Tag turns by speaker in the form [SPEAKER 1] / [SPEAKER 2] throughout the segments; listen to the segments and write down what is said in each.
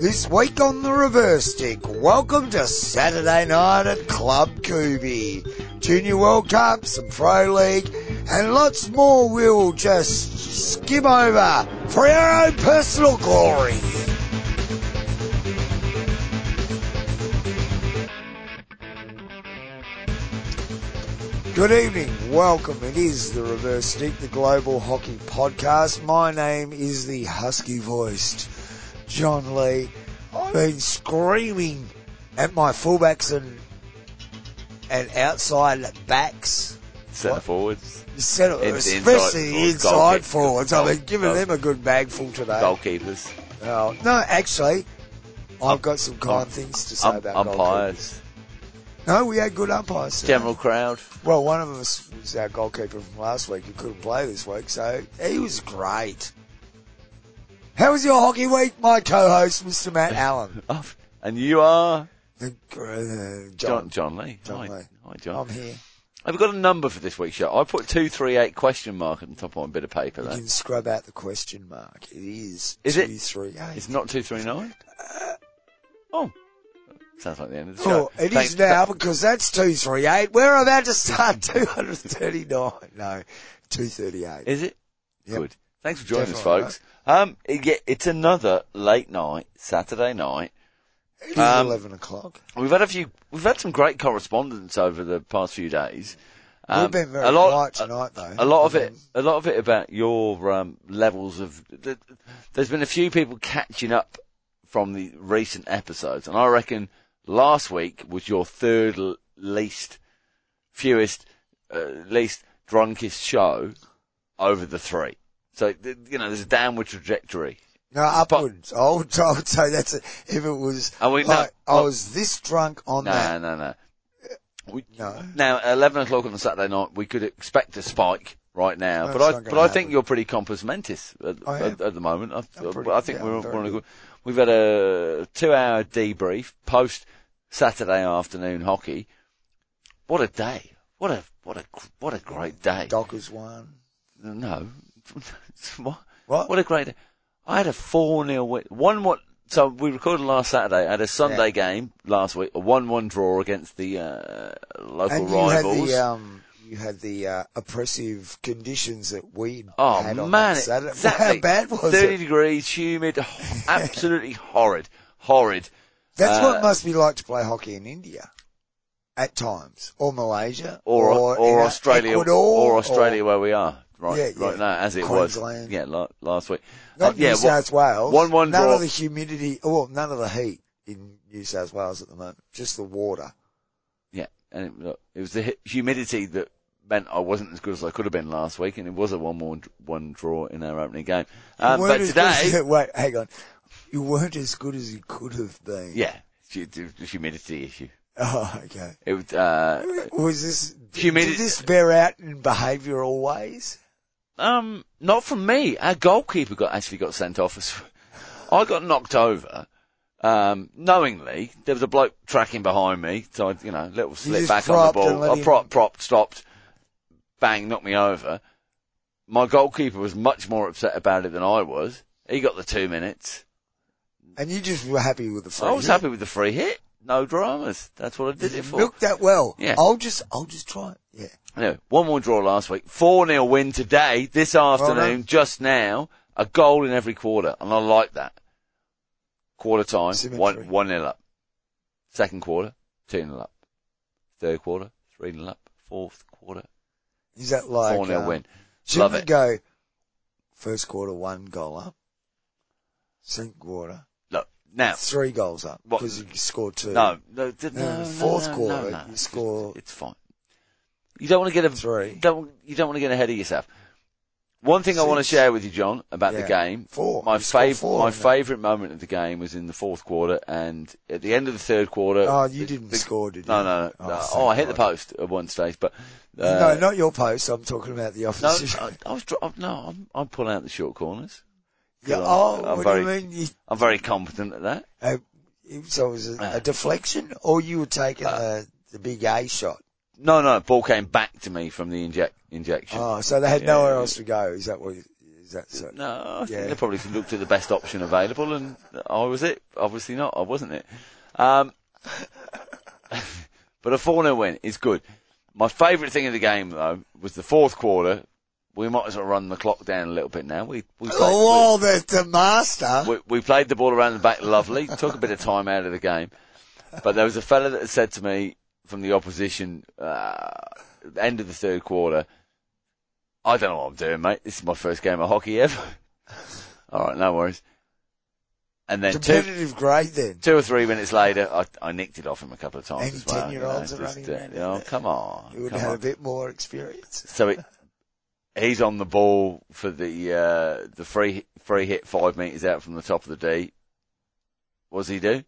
[SPEAKER 1] This week on the Reverse Stick, welcome to Saturday night at Club Kubi. Junior World Cup, some Pro League, and lots more we will just skim over for our own personal glory. Good evening, welcome. It is the Reverse Stick, the Global Hockey Podcast. My name is the husky voiced John Lee. I've been screaming at my fullbacks and and outside backs,
[SPEAKER 2] Centre forwards,
[SPEAKER 1] set-
[SPEAKER 2] And the inside
[SPEAKER 1] especially the
[SPEAKER 2] forwards,
[SPEAKER 1] inside
[SPEAKER 2] goalkeep-
[SPEAKER 1] forwards. I've been giving
[SPEAKER 2] goal-
[SPEAKER 1] them a good bagful today.
[SPEAKER 2] goalkeepers,
[SPEAKER 1] Oh, no, actually, I've got some kind things to say
[SPEAKER 2] um,
[SPEAKER 1] about
[SPEAKER 2] umpires,
[SPEAKER 1] goalkeepers. No, we had good umpires. today.
[SPEAKER 2] general crowd.
[SPEAKER 1] Well, one of them was was our goalkeeper from last week who couldn't play this week, so he was great. How was your hockey week, my co-host, Mr. Matt Allen?
[SPEAKER 2] Up. Oh, And you are
[SPEAKER 1] The gr- uh,
[SPEAKER 2] John
[SPEAKER 1] John,
[SPEAKER 2] John Lee.
[SPEAKER 1] John
[SPEAKER 2] hi,
[SPEAKER 1] Lee. Um,
[SPEAKER 2] hi
[SPEAKER 1] I'm
[SPEAKER 2] John.
[SPEAKER 1] here.
[SPEAKER 2] I've got a number for this week's show. I put two three eight question mark at the top on a bit of paper.
[SPEAKER 1] You
[SPEAKER 2] There.
[SPEAKER 1] can scrub out the question mark. It is
[SPEAKER 2] Is
[SPEAKER 1] two,
[SPEAKER 2] it?
[SPEAKER 1] three, eight.
[SPEAKER 2] It's not two three nine. Oh, sounds like the end of the
[SPEAKER 1] Oh,
[SPEAKER 2] show.
[SPEAKER 1] it is
[SPEAKER 2] Thanks-
[SPEAKER 1] now because that's 238. We're about to start 239. No, 238.
[SPEAKER 2] Is it?
[SPEAKER 1] Yep.
[SPEAKER 2] Good. Thanks for joining
[SPEAKER 1] Definitely,
[SPEAKER 2] us, folks. Um, it, yeah, it's another late night Saturday night.
[SPEAKER 1] It is
[SPEAKER 2] Um,
[SPEAKER 1] 11 o'clock.
[SPEAKER 2] We've had a few. We've had some great correspondence over the past few days. Um,
[SPEAKER 1] We've been very
[SPEAKER 2] a lot, uh,
[SPEAKER 1] quiet
[SPEAKER 2] a-
[SPEAKER 1] tonight, though. Mm-hmm.
[SPEAKER 2] A lot of
[SPEAKER 1] I mean,
[SPEAKER 2] it, a lot of it about your um, levels of. Th- there's been a few people catching up from the recent episodes, and I reckon last week was your third l- least, fewest, uh, least drunkest show over the three. So th- you know, there's a downward trajectory.
[SPEAKER 1] No, upwards. I would, I would say that's it. If it was,
[SPEAKER 2] Are we- oh. no,
[SPEAKER 1] like, I
[SPEAKER 2] well-
[SPEAKER 1] was this drunk on
[SPEAKER 2] No,
[SPEAKER 1] that.
[SPEAKER 2] no, no. We,
[SPEAKER 1] No.
[SPEAKER 2] Now, at 11 o'clock on a Saturday night, we could expect a spike right now,
[SPEAKER 1] That's
[SPEAKER 2] but I,
[SPEAKER 1] not
[SPEAKER 2] but
[SPEAKER 1] gonna
[SPEAKER 2] I
[SPEAKER 1] happen.
[SPEAKER 2] think you're pretty compass mentis at,
[SPEAKER 1] I am.
[SPEAKER 2] at, at the moment. I,
[SPEAKER 1] I'm pretty-
[SPEAKER 2] I think
[SPEAKER 1] yeah,
[SPEAKER 2] we're,
[SPEAKER 1] I'm very
[SPEAKER 2] we're on a
[SPEAKER 1] good.
[SPEAKER 2] good, we've had a two hour debrief post Saturday afternoon hockey. What a day. What a, what a, what a great day.
[SPEAKER 1] Dockers won.
[SPEAKER 2] No. what?
[SPEAKER 1] What?
[SPEAKER 2] What a great day. I had a 4 0 win. One, what? So we recorded last Saturday. I had a Sunday
[SPEAKER 1] Yeah.
[SPEAKER 2] game last week, a 1 1 draw against the uh, local
[SPEAKER 1] and you
[SPEAKER 2] rivals.
[SPEAKER 1] had the um, you had the uh, oppressive conditions that we
[SPEAKER 2] Oh
[SPEAKER 1] had on
[SPEAKER 2] man,
[SPEAKER 1] that Saturday.
[SPEAKER 2] exactly.
[SPEAKER 1] How bad was
[SPEAKER 2] 30
[SPEAKER 1] it?
[SPEAKER 2] degrees, humid, ho- absolutely horrid, horrid.
[SPEAKER 1] That's what
[SPEAKER 2] uh,
[SPEAKER 1] it must be like to play hockey in India. At times, or Malaysia,
[SPEAKER 2] Or or,
[SPEAKER 1] you know,
[SPEAKER 2] Australia,
[SPEAKER 1] Ecuador,
[SPEAKER 2] or Australia where we are right
[SPEAKER 1] Yeah, yeah.
[SPEAKER 2] right now, as it
[SPEAKER 1] Queensland.
[SPEAKER 2] was. Yeah, la- last week.
[SPEAKER 1] Not
[SPEAKER 2] Uh, yeah,
[SPEAKER 1] New
[SPEAKER 2] wa-
[SPEAKER 1] South Wales.
[SPEAKER 2] One one
[SPEAKER 1] none
[SPEAKER 2] draw.
[SPEAKER 1] of the humidity, oh, well, none of the heat in New South Wales at the moment. Just the water.
[SPEAKER 2] Yeah, and it, look, it was the hu- humidity that meant I wasn't as good as I could have been last week, and it was a one one one draw in our opening game. Um,
[SPEAKER 1] weren't
[SPEAKER 2] but
[SPEAKER 1] as good as
[SPEAKER 2] today,
[SPEAKER 1] you- wait, hang on. You weren't as good as you could have been.
[SPEAKER 2] yeah, it was the humidity issue.
[SPEAKER 1] Oh, okay.
[SPEAKER 2] It was. Uh,
[SPEAKER 1] Was this
[SPEAKER 2] Humidity-
[SPEAKER 1] Did this bear out in behavioural ways?
[SPEAKER 2] Um, not from me. Our goalkeeper got actually got sent off. As, I got knocked over. Um, knowingly, there was a bloke tracking behind me, so I, you know, little slip
[SPEAKER 1] just
[SPEAKER 2] back on the
[SPEAKER 1] propped and
[SPEAKER 2] ball.
[SPEAKER 1] let
[SPEAKER 2] I
[SPEAKER 1] him-
[SPEAKER 2] prop, propped, stopped, bang, knocked me over. My goalkeeper was much more upset about it than I was. He got the two minutes.
[SPEAKER 1] And you just were happy with the free
[SPEAKER 2] I was
[SPEAKER 1] hit.
[SPEAKER 2] happy with the free hit. No dramas. That's what I did it for.
[SPEAKER 1] Milk that well.
[SPEAKER 2] Yeah.
[SPEAKER 1] I'll just, I'll just try it. Yeah.
[SPEAKER 2] Anyway, one more draw last week. 4 0 win today, this afternoon,
[SPEAKER 1] done.
[SPEAKER 2] just now. A goal in every quarter, and I like that. Quarter time,
[SPEAKER 1] Symmetry.
[SPEAKER 2] 1 1 0 up. Second quarter, 2 0 up. Third quarter, 3 0 up. Fourth quarter,
[SPEAKER 1] Is that like,
[SPEAKER 2] 4 0
[SPEAKER 1] uh,
[SPEAKER 2] win.
[SPEAKER 1] Shouldn't
[SPEAKER 2] Love
[SPEAKER 1] we
[SPEAKER 2] it.
[SPEAKER 1] go first quarter one goal up, second quarter
[SPEAKER 2] Look, now,
[SPEAKER 1] three goals up
[SPEAKER 2] What?
[SPEAKER 1] because you scored two.
[SPEAKER 2] no, no, d-
[SPEAKER 1] And
[SPEAKER 2] no,
[SPEAKER 1] then
[SPEAKER 2] no,
[SPEAKER 1] uh, the fourth
[SPEAKER 2] no, no,
[SPEAKER 1] quarter
[SPEAKER 2] no.
[SPEAKER 1] you score
[SPEAKER 2] It's fine. You don't want to get a
[SPEAKER 1] Three.
[SPEAKER 2] Don't you don't want to get ahead of yourself. One thing I want to
[SPEAKER 1] Six.
[SPEAKER 2] share with you, John, about the
[SPEAKER 1] Yeah.
[SPEAKER 2] game.
[SPEAKER 1] Four.
[SPEAKER 2] My
[SPEAKER 1] You scored
[SPEAKER 2] fav-
[SPEAKER 1] four
[SPEAKER 2] my
[SPEAKER 1] in that.
[SPEAKER 2] favourite moment of the game was in the fourth quarter, and at the end of the third quarter.
[SPEAKER 1] Oh, you
[SPEAKER 2] the-
[SPEAKER 1] didn't
[SPEAKER 2] the-
[SPEAKER 1] score, did
[SPEAKER 2] No,
[SPEAKER 1] you?
[SPEAKER 2] no, no.
[SPEAKER 1] Oh,
[SPEAKER 2] no.
[SPEAKER 1] thank
[SPEAKER 2] Oh, I hit the
[SPEAKER 1] God.
[SPEAKER 2] post at one stage, but uh,
[SPEAKER 1] no, not your post. I'm talking about the
[SPEAKER 2] no,
[SPEAKER 1] opposition.
[SPEAKER 2] I, I was dro- I- no, I'm, I'm pulling out the short corners.
[SPEAKER 1] yeah,
[SPEAKER 2] I'm-
[SPEAKER 1] oh, what
[SPEAKER 2] I'm
[SPEAKER 1] do
[SPEAKER 2] very-
[SPEAKER 1] you mean? You,
[SPEAKER 2] I'm very competent at that.
[SPEAKER 1] uh, it- so it was a,
[SPEAKER 2] Uh.
[SPEAKER 1] a deflection, or you were taking
[SPEAKER 2] Uh.
[SPEAKER 1] the, the big A shot?
[SPEAKER 2] No, no, ball came back to me from the inject injection.
[SPEAKER 1] Oh, so they had
[SPEAKER 2] Yeah,
[SPEAKER 1] nowhere
[SPEAKER 2] yeah.
[SPEAKER 1] else to go. Is that what? Is that so?
[SPEAKER 2] No, I think
[SPEAKER 1] Yeah.
[SPEAKER 2] they probably looked at the best option available, and I was it. Obviously not. I wasn't it. Um, but a 4-0 win is good. My favourite thing of the game, though, was the fourth quarter. We might as well run the clock down a little bit now. We we played,
[SPEAKER 1] Oh, there's the master.
[SPEAKER 2] we, we played the ball around the back lovely. Took a bit of time out of the game, but there was a fella that said to me from the opposition, uh, end of the third quarter, "I don't know what I'm doing, mate. This is my first game of hockey ever." All right, no worries. And then two,
[SPEAKER 1] Competitive grade then.
[SPEAKER 2] two or three minutes later, I, I nicked it off him a couple of times
[SPEAKER 1] Any
[SPEAKER 2] as well. you know,
[SPEAKER 1] 10-year-olds are
[SPEAKER 2] just,
[SPEAKER 1] running around,
[SPEAKER 2] you know,
[SPEAKER 1] isn't it?
[SPEAKER 2] come on,
[SPEAKER 1] You would
[SPEAKER 2] Oh, come
[SPEAKER 1] have had
[SPEAKER 2] on.
[SPEAKER 1] a bit more experience.
[SPEAKER 2] So it, he's on the ball for the uh, the free free hit five meters out from the top of the D. What does he do?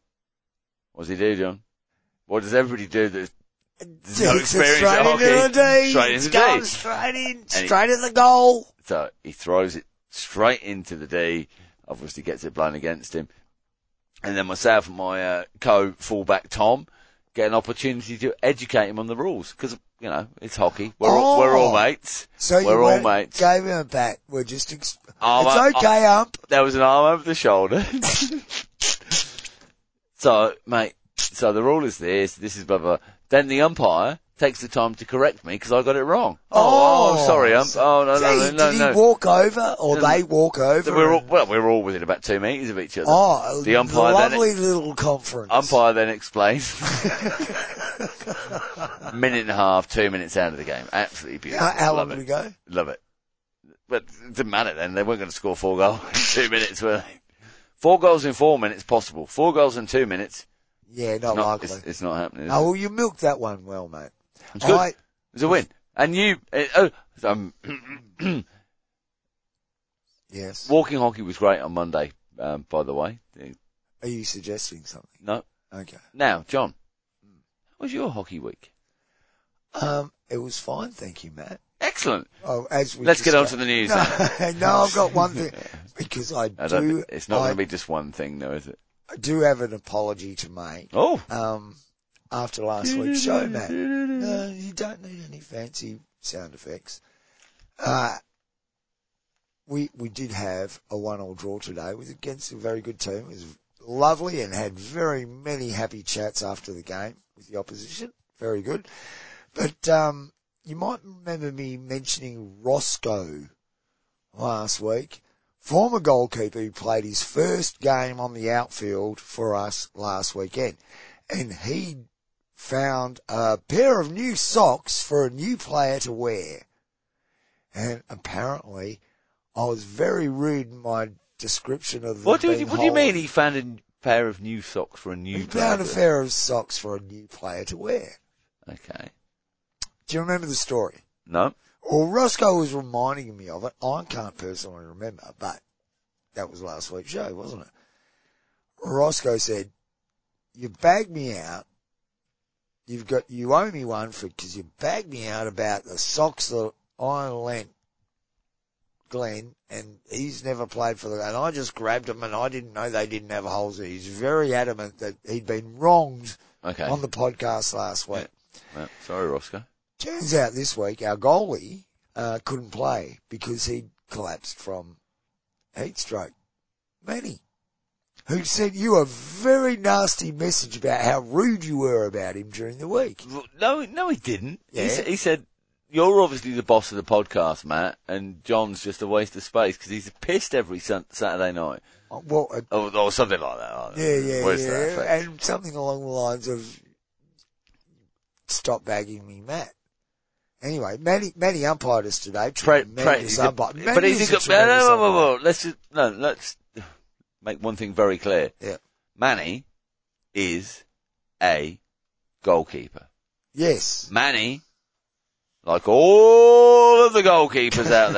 [SPEAKER 2] What does he do, John? What does everybody do? That's, there's no
[SPEAKER 1] Takes it
[SPEAKER 2] experience
[SPEAKER 1] straight
[SPEAKER 2] at hockey.
[SPEAKER 1] into the D.
[SPEAKER 2] Straight into
[SPEAKER 1] It's
[SPEAKER 2] the
[SPEAKER 1] going
[SPEAKER 2] D.
[SPEAKER 1] straight in,
[SPEAKER 2] he-
[SPEAKER 1] straight at the goal.
[SPEAKER 2] So he throws it straight into the D. Obviously gets it blown against him. And then myself and my uh, co fullback Tom get an opportunity to educate him on the rules because you know it's hockey. We're all, we're all
[SPEAKER 1] Oh.
[SPEAKER 2] mates.
[SPEAKER 1] So you
[SPEAKER 2] we're all
[SPEAKER 1] went-
[SPEAKER 2] mates.
[SPEAKER 1] gave him a bat. We're just. Ex-
[SPEAKER 2] Oh, I-
[SPEAKER 1] it's okay, ump.
[SPEAKER 2] there was an arm over the shoulder. so, mate, so the rule is this, this is blah, blah. Then the umpire takes the time to correct me because I got it wrong. Oh,
[SPEAKER 1] Oh,
[SPEAKER 2] oh, sorry, ump.
[SPEAKER 1] so-
[SPEAKER 2] Oh, no, no,
[SPEAKER 1] Gee,
[SPEAKER 2] no,
[SPEAKER 1] did
[SPEAKER 2] no,
[SPEAKER 1] he
[SPEAKER 2] no.
[SPEAKER 1] walk over or
[SPEAKER 2] Doesn't-
[SPEAKER 1] they walk over?
[SPEAKER 2] So we're all,
[SPEAKER 1] and-
[SPEAKER 2] well, we're all within about two metres of each other.
[SPEAKER 1] oh,
[SPEAKER 2] the umpire then-
[SPEAKER 1] lovely little conference.
[SPEAKER 2] Umpire then explains. Minute and a half, two minutes out of the game. Absolutely beautiful.
[SPEAKER 1] How, how long
[SPEAKER 2] Love
[SPEAKER 1] did we
[SPEAKER 2] it.
[SPEAKER 1] go?
[SPEAKER 2] Love it. But it didn't matter then. They weren't going to score four goals in two minutes, were they? Four goals in four minutes, possible. Four goals in two minutes,
[SPEAKER 1] Yeah, not,
[SPEAKER 2] not,
[SPEAKER 1] likely.
[SPEAKER 2] it's, it's not happening. is
[SPEAKER 1] Oh, well, you milked that one well, mate.
[SPEAKER 2] it? It's good.
[SPEAKER 1] I-
[SPEAKER 2] It's a win. And you, uh, oh, um,
[SPEAKER 1] yes.
[SPEAKER 2] walking hockey was great on Monday, um, by the way.
[SPEAKER 1] Are you suggesting something?
[SPEAKER 2] No.
[SPEAKER 1] Okay.
[SPEAKER 2] Now, John, how was your hockey week?
[SPEAKER 1] Um, it was fine, thank you, Matt.
[SPEAKER 2] Excellent.
[SPEAKER 1] Oh, as we
[SPEAKER 2] Let's get on
[SPEAKER 1] discussed-
[SPEAKER 2] to the news. now.
[SPEAKER 1] No, no, I've got one thing because I
[SPEAKER 2] I don't,
[SPEAKER 1] do.
[SPEAKER 2] it's not
[SPEAKER 1] I
[SPEAKER 2] going to be just one thing, though, is it?
[SPEAKER 1] do have an apology to make.
[SPEAKER 2] Oh,
[SPEAKER 1] Um, after last week's show, Uh, Matt. No, you don't need any fancy sound effects. Uh, we we did have a one-all draw today. It was against a very good team. It was lovely and had very many happy chats after the game with the opposition. Very good. But um, you might remember me mentioning Roscoe last week. Former goalkeeper who played his first game on the outfield for us last weekend. And he found a pair of new socks for a new player to wear. And apparently, I was very rude in my description of them
[SPEAKER 2] what do you,
[SPEAKER 1] being
[SPEAKER 2] what do you mean
[SPEAKER 1] hollow.
[SPEAKER 2] he found a pair of new socks for a
[SPEAKER 1] He
[SPEAKER 2] new
[SPEAKER 1] found a
[SPEAKER 2] player?
[SPEAKER 1] pair of socks for a new player to wear.
[SPEAKER 2] Okay.
[SPEAKER 1] Do you remember the story?
[SPEAKER 2] No.
[SPEAKER 1] Well, Roscoe was reminding me of it. I can't personally remember, but that was last week's show, wasn't it? Roscoe said, "You bagged me out. You've got you owe me one for because you bagged me out about the socks that I lent Glenn, and he's never played for the. And I just grabbed them, and I didn't know they didn't have holes. in it." He's very adamant that he'd been wronged
[SPEAKER 2] Okay.
[SPEAKER 1] on the podcast last week."
[SPEAKER 2] Well, sorry, Roscoe.
[SPEAKER 1] Turns out this week our goalie uh, couldn't play because he collapsed from heat stroke. Manny, who sent you a very nasty message about how rude you were about him during the week.
[SPEAKER 2] No, no, he didn't. He,
[SPEAKER 1] Yeah.
[SPEAKER 2] sa- he said, "You're obviously the boss of the podcast, Matt, and John's just a waste of space because he's pissed every sun- Saturday night,
[SPEAKER 1] Uh, Well, uh,
[SPEAKER 2] or, or something like that." I don't
[SPEAKER 1] yeah,
[SPEAKER 2] know.
[SPEAKER 1] yeah,
[SPEAKER 2] Words to Uh, that
[SPEAKER 1] yeah,
[SPEAKER 2] effect.
[SPEAKER 1] and something along the lines of "Stop bagging me, Matt." Anyway, Manny, Manny umpired us today.
[SPEAKER 2] Pre- pre-
[SPEAKER 1] Tremendous
[SPEAKER 2] he's a-
[SPEAKER 1] umpire.
[SPEAKER 2] but
[SPEAKER 1] Manny
[SPEAKER 2] he's
[SPEAKER 1] is
[SPEAKER 2] a
[SPEAKER 1] a
[SPEAKER 2] good. No, no,
[SPEAKER 1] tremendous
[SPEAKER 2] no, no,
[SPEAKER 1] umpire.
[SPEAKER 2] no, Let's just, no, let's make one thing very clear.
[SPEAKER 1] Yeah.
[SPEAKER 2] Manny is a goalkeeper.
[SPEAKER 1] Yes.
[SPEAKER 2] Manny, like all of the goalkeepers out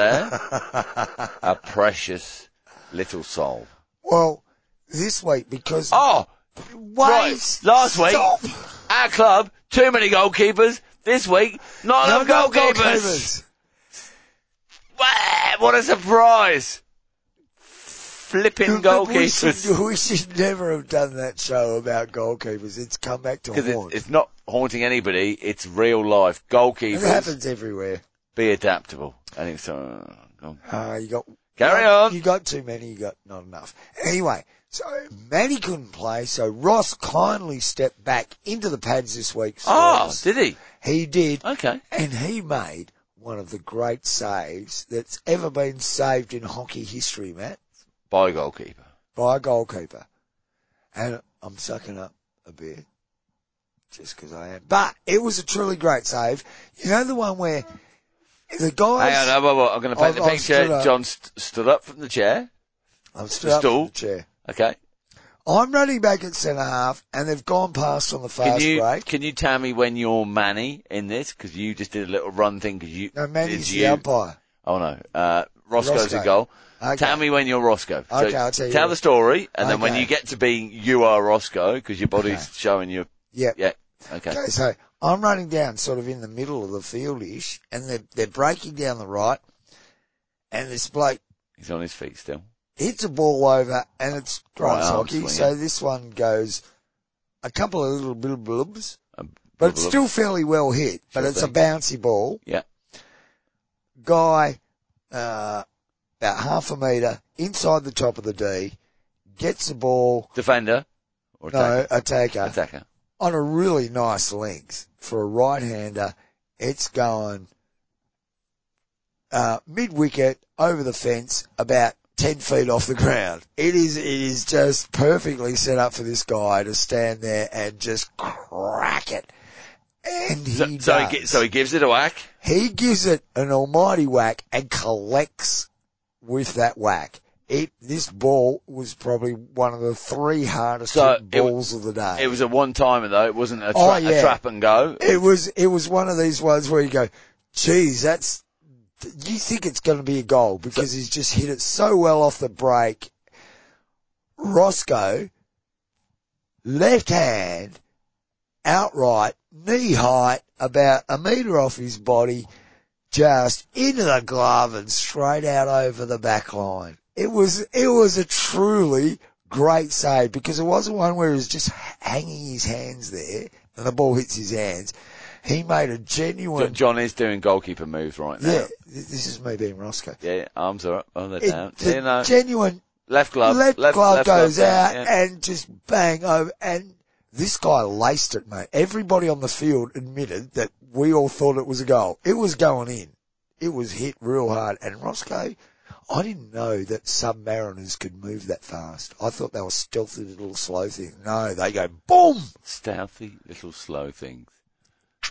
[SPEAKER 2] there, a precious little soul.
[SPEAKER 1] Well, this week because
[SPEAKER 2] Oh,
[SPEAKER 1] Waves.
[SPEAKER 2] Right, last week.
[SPEAKER 1] Stop.
[SPEAKER 2] Our club, too many goalkeepers. This week, not
[SPEAKER 1] No,
[SPEAKER 2] enough
[SPEAKER 1] no
[SPEAKER 2] goalkeepers. Wow, what a surprise. Flipping
[SPEAKER 1] But We
[SPEAKER 2] goalkeepers.
[SPEAKER 1] should, we should never have done that show about goalkeepers. It's come back to
[SPEAKER 2] Because
[SPEAKER 1] haunt.
[SPEAKER 2] it, it's not haunting anybody, it's real life.
[SPEAKER 1] it
[SPEAKER 2] Goalkeepers,
[SPEAKER 1] happens everywhere.
[SPEAKER 2] be adaptable. I think so.
[SPEAKER 1] Uh, you got
[SPEAKER 2] Carry
[SPEAKER 1] got-
[SPEAKER 2] on.
[SPEAKER 1] You got too many, you got not enough. Anyway, so Manny couldn't play, so Ross kindly stepped back into the pads this week. for
[SPEAKER 2] Oh,
[SPEAKER 1] us.
[SPEAKER 2] did he?
[SPEAKER 1] he did,
[SPEAKER 2] Okay.
[SPEAKER 1] and he made one of the great saves that's ever been saved in hockey history, Matt,
[SPEAKER 2] By goalkeeper.
[SPEAKER 1] by a goalkeeper. And I'm sucking up a bit. Just because I am. But it was a truly great save. You know the one where the guys...
[SPEAKER 2] Hang on, I'm- I'm- I'm going to paint
[SPEAKER 1] I've-
[SPEAKER 2] the
[SPEAKER 1] I've
[SPEAKER 2] picture.
[SPEAKER 1] stood up.
[SPEAKER 2] John st- stood up from the chair.
[SPEAKER 1] I'm stood up from
[SPEAKER 2] stool.
[SPEAKER 1] the chair.
[SPEAKER 2] Okay.
[SPEAKER 1] I'm running back at centre half, and they've gone past on the
[SPEAKER 2] Can
[SPEAKER 1] fast
[SPEAKER 2] you
[SPEAKER 1] break.
[SPEAKER 2] can you tell me when you're Manny in this? Because you just did a little run thing. Because you
[SPEAKER 1] No,
[SPEAKER 2] did
[SPEAKER 1] Manny's
[SPEAKER 2] you-
[SPEAKER 1] the umpire.
[SPEAKER 2] Oh no, uh, Roscoe's
[SPEAKER 1] Roscoe.
[SPEAKER 2] a goal.
[SPEAKER 1] Okay.
[SPEAKER 2] Tell me when you're Roscoe. So
[SPEAKER 1] Okay, I'll tell you when.
[SPEAKER 2] the story, and then when
[SPEAKER 1] Okay.
[SPEAKER 2] you get to being you are Roscoe because your body's
[SPEAKER 1] Okay.
[SPEAKER 2] showing you.
[SPEAKER 1] Yep.
[SPEAKER 2] Yeah. Okay.
[SPEAKER 1] Okay, so I'm running down sort of in the middle of the field-ish, and they're, they're breaking down the right, and this bloke
[SPEAKER 2] He's on his feet still.
[SPEAKER 1] hits a ball over, and it's
[SPEAKER 2] Right
[SPEAKER 1] grass
[SPEAKER 2] arm
[SPEAKER 1] hockey,
[SPEAKER 2] swing,
[SPEAKER 1] so
[SPEAKER 2] yeah.
[SPEAKER 1] this one goes a couple of little blub blubs,
[SPEAKER 2] Um,
[SPEAKER 1] but it's
[SPEAKER 2] blah,
[SPEAKER 1] still
[SPEAKER 2] blah,
[SPEAKER 1] fairly well hit, but
[SPEAKER 2] Sure
[SPEAKER 1] it's a
[SPEAKER 2] thing.
[SPEAKER 1] bouncy ball.
[SPEAKER 2] Yeah.
[SPEAKER 1] guy, uh, about half a metre inside the top of the D, gets the ball,
[SPEAKER 2] Defender or attacker.
[SPEAKER 1] no, a taker,
[SPEAKER 2] Attacker.
[SPEAKER 1] on a really nice length for a right-hander. It's going, uh, mid-wicket, over the fence, about 10 feet off the ground. It is, it is just perfectly set up for this guy to stand there and just crack it. And he
[SPEAKER 2] So, so, he
[SPEAKER 1] does.
[SPEAKER 2] gi- so he gives it a whack.
[SPEAKER 1] He gives it an almighty whack and collects with that whack. It, this ball was probably one of the three hardest
[SPEAKER 2] So
[SPEAKER 1] hit
[SPEAKER 2] it wa-
[SPEAKER 1] balls of the day.
[SPEAKER 2] It was a one timer though. It wasn't a, tra-
[SPEAKER 1] Oh, yeah.
[SPEAKER 2] a trap and go.
[SPEAKER 1] it was, it was one of these ones where you go, geez, that's, you think it's going to be a goal because he's just hit it so well off the break. Roscoe, left hand, outright, knee height, about a metre off his body, just into the glove and straight out over the back line. It was, it was a truly great save because it wasn't one where he was just hanging his hands there and the ball hits his hands. He made a
[SPEAKER 2] Jo-
[SPEAKER 1] genuine,
[SPEAKER 2] John is doing goalkeeper moves right now.
[SPEAKER 1] yeah, this is me being Roscoe.
[SPEAKER 2] Yeah, arms are up. Oh, they're
[SPEAKER 1] It-
[SPEAKER 2] down.
[SPEAKER 1] the
[SPEAKER 2] Yeah, no.
[SPEAKER 1] genuine
[SPEAKER 2] left glove.
[SPEAKER 1] left, glove
[SPEAKER 2] left
[SPEAKER 1] goes
[SPEAKER 2] glove
[SPEAKER 1] out
[SPEAKER 2] down, yeah.
[SPEAKER 1] and just bang over. And this guy laced it, mate. Everybody on the field admitted that we all thought it was a goal. It was going in. It was hit real hard. And Roscoe, I didn't know that submariners could move that fast. I thought they were stealthy little slow things. No, they go boom.
[SPEAKER 2] Stealthy little slow things.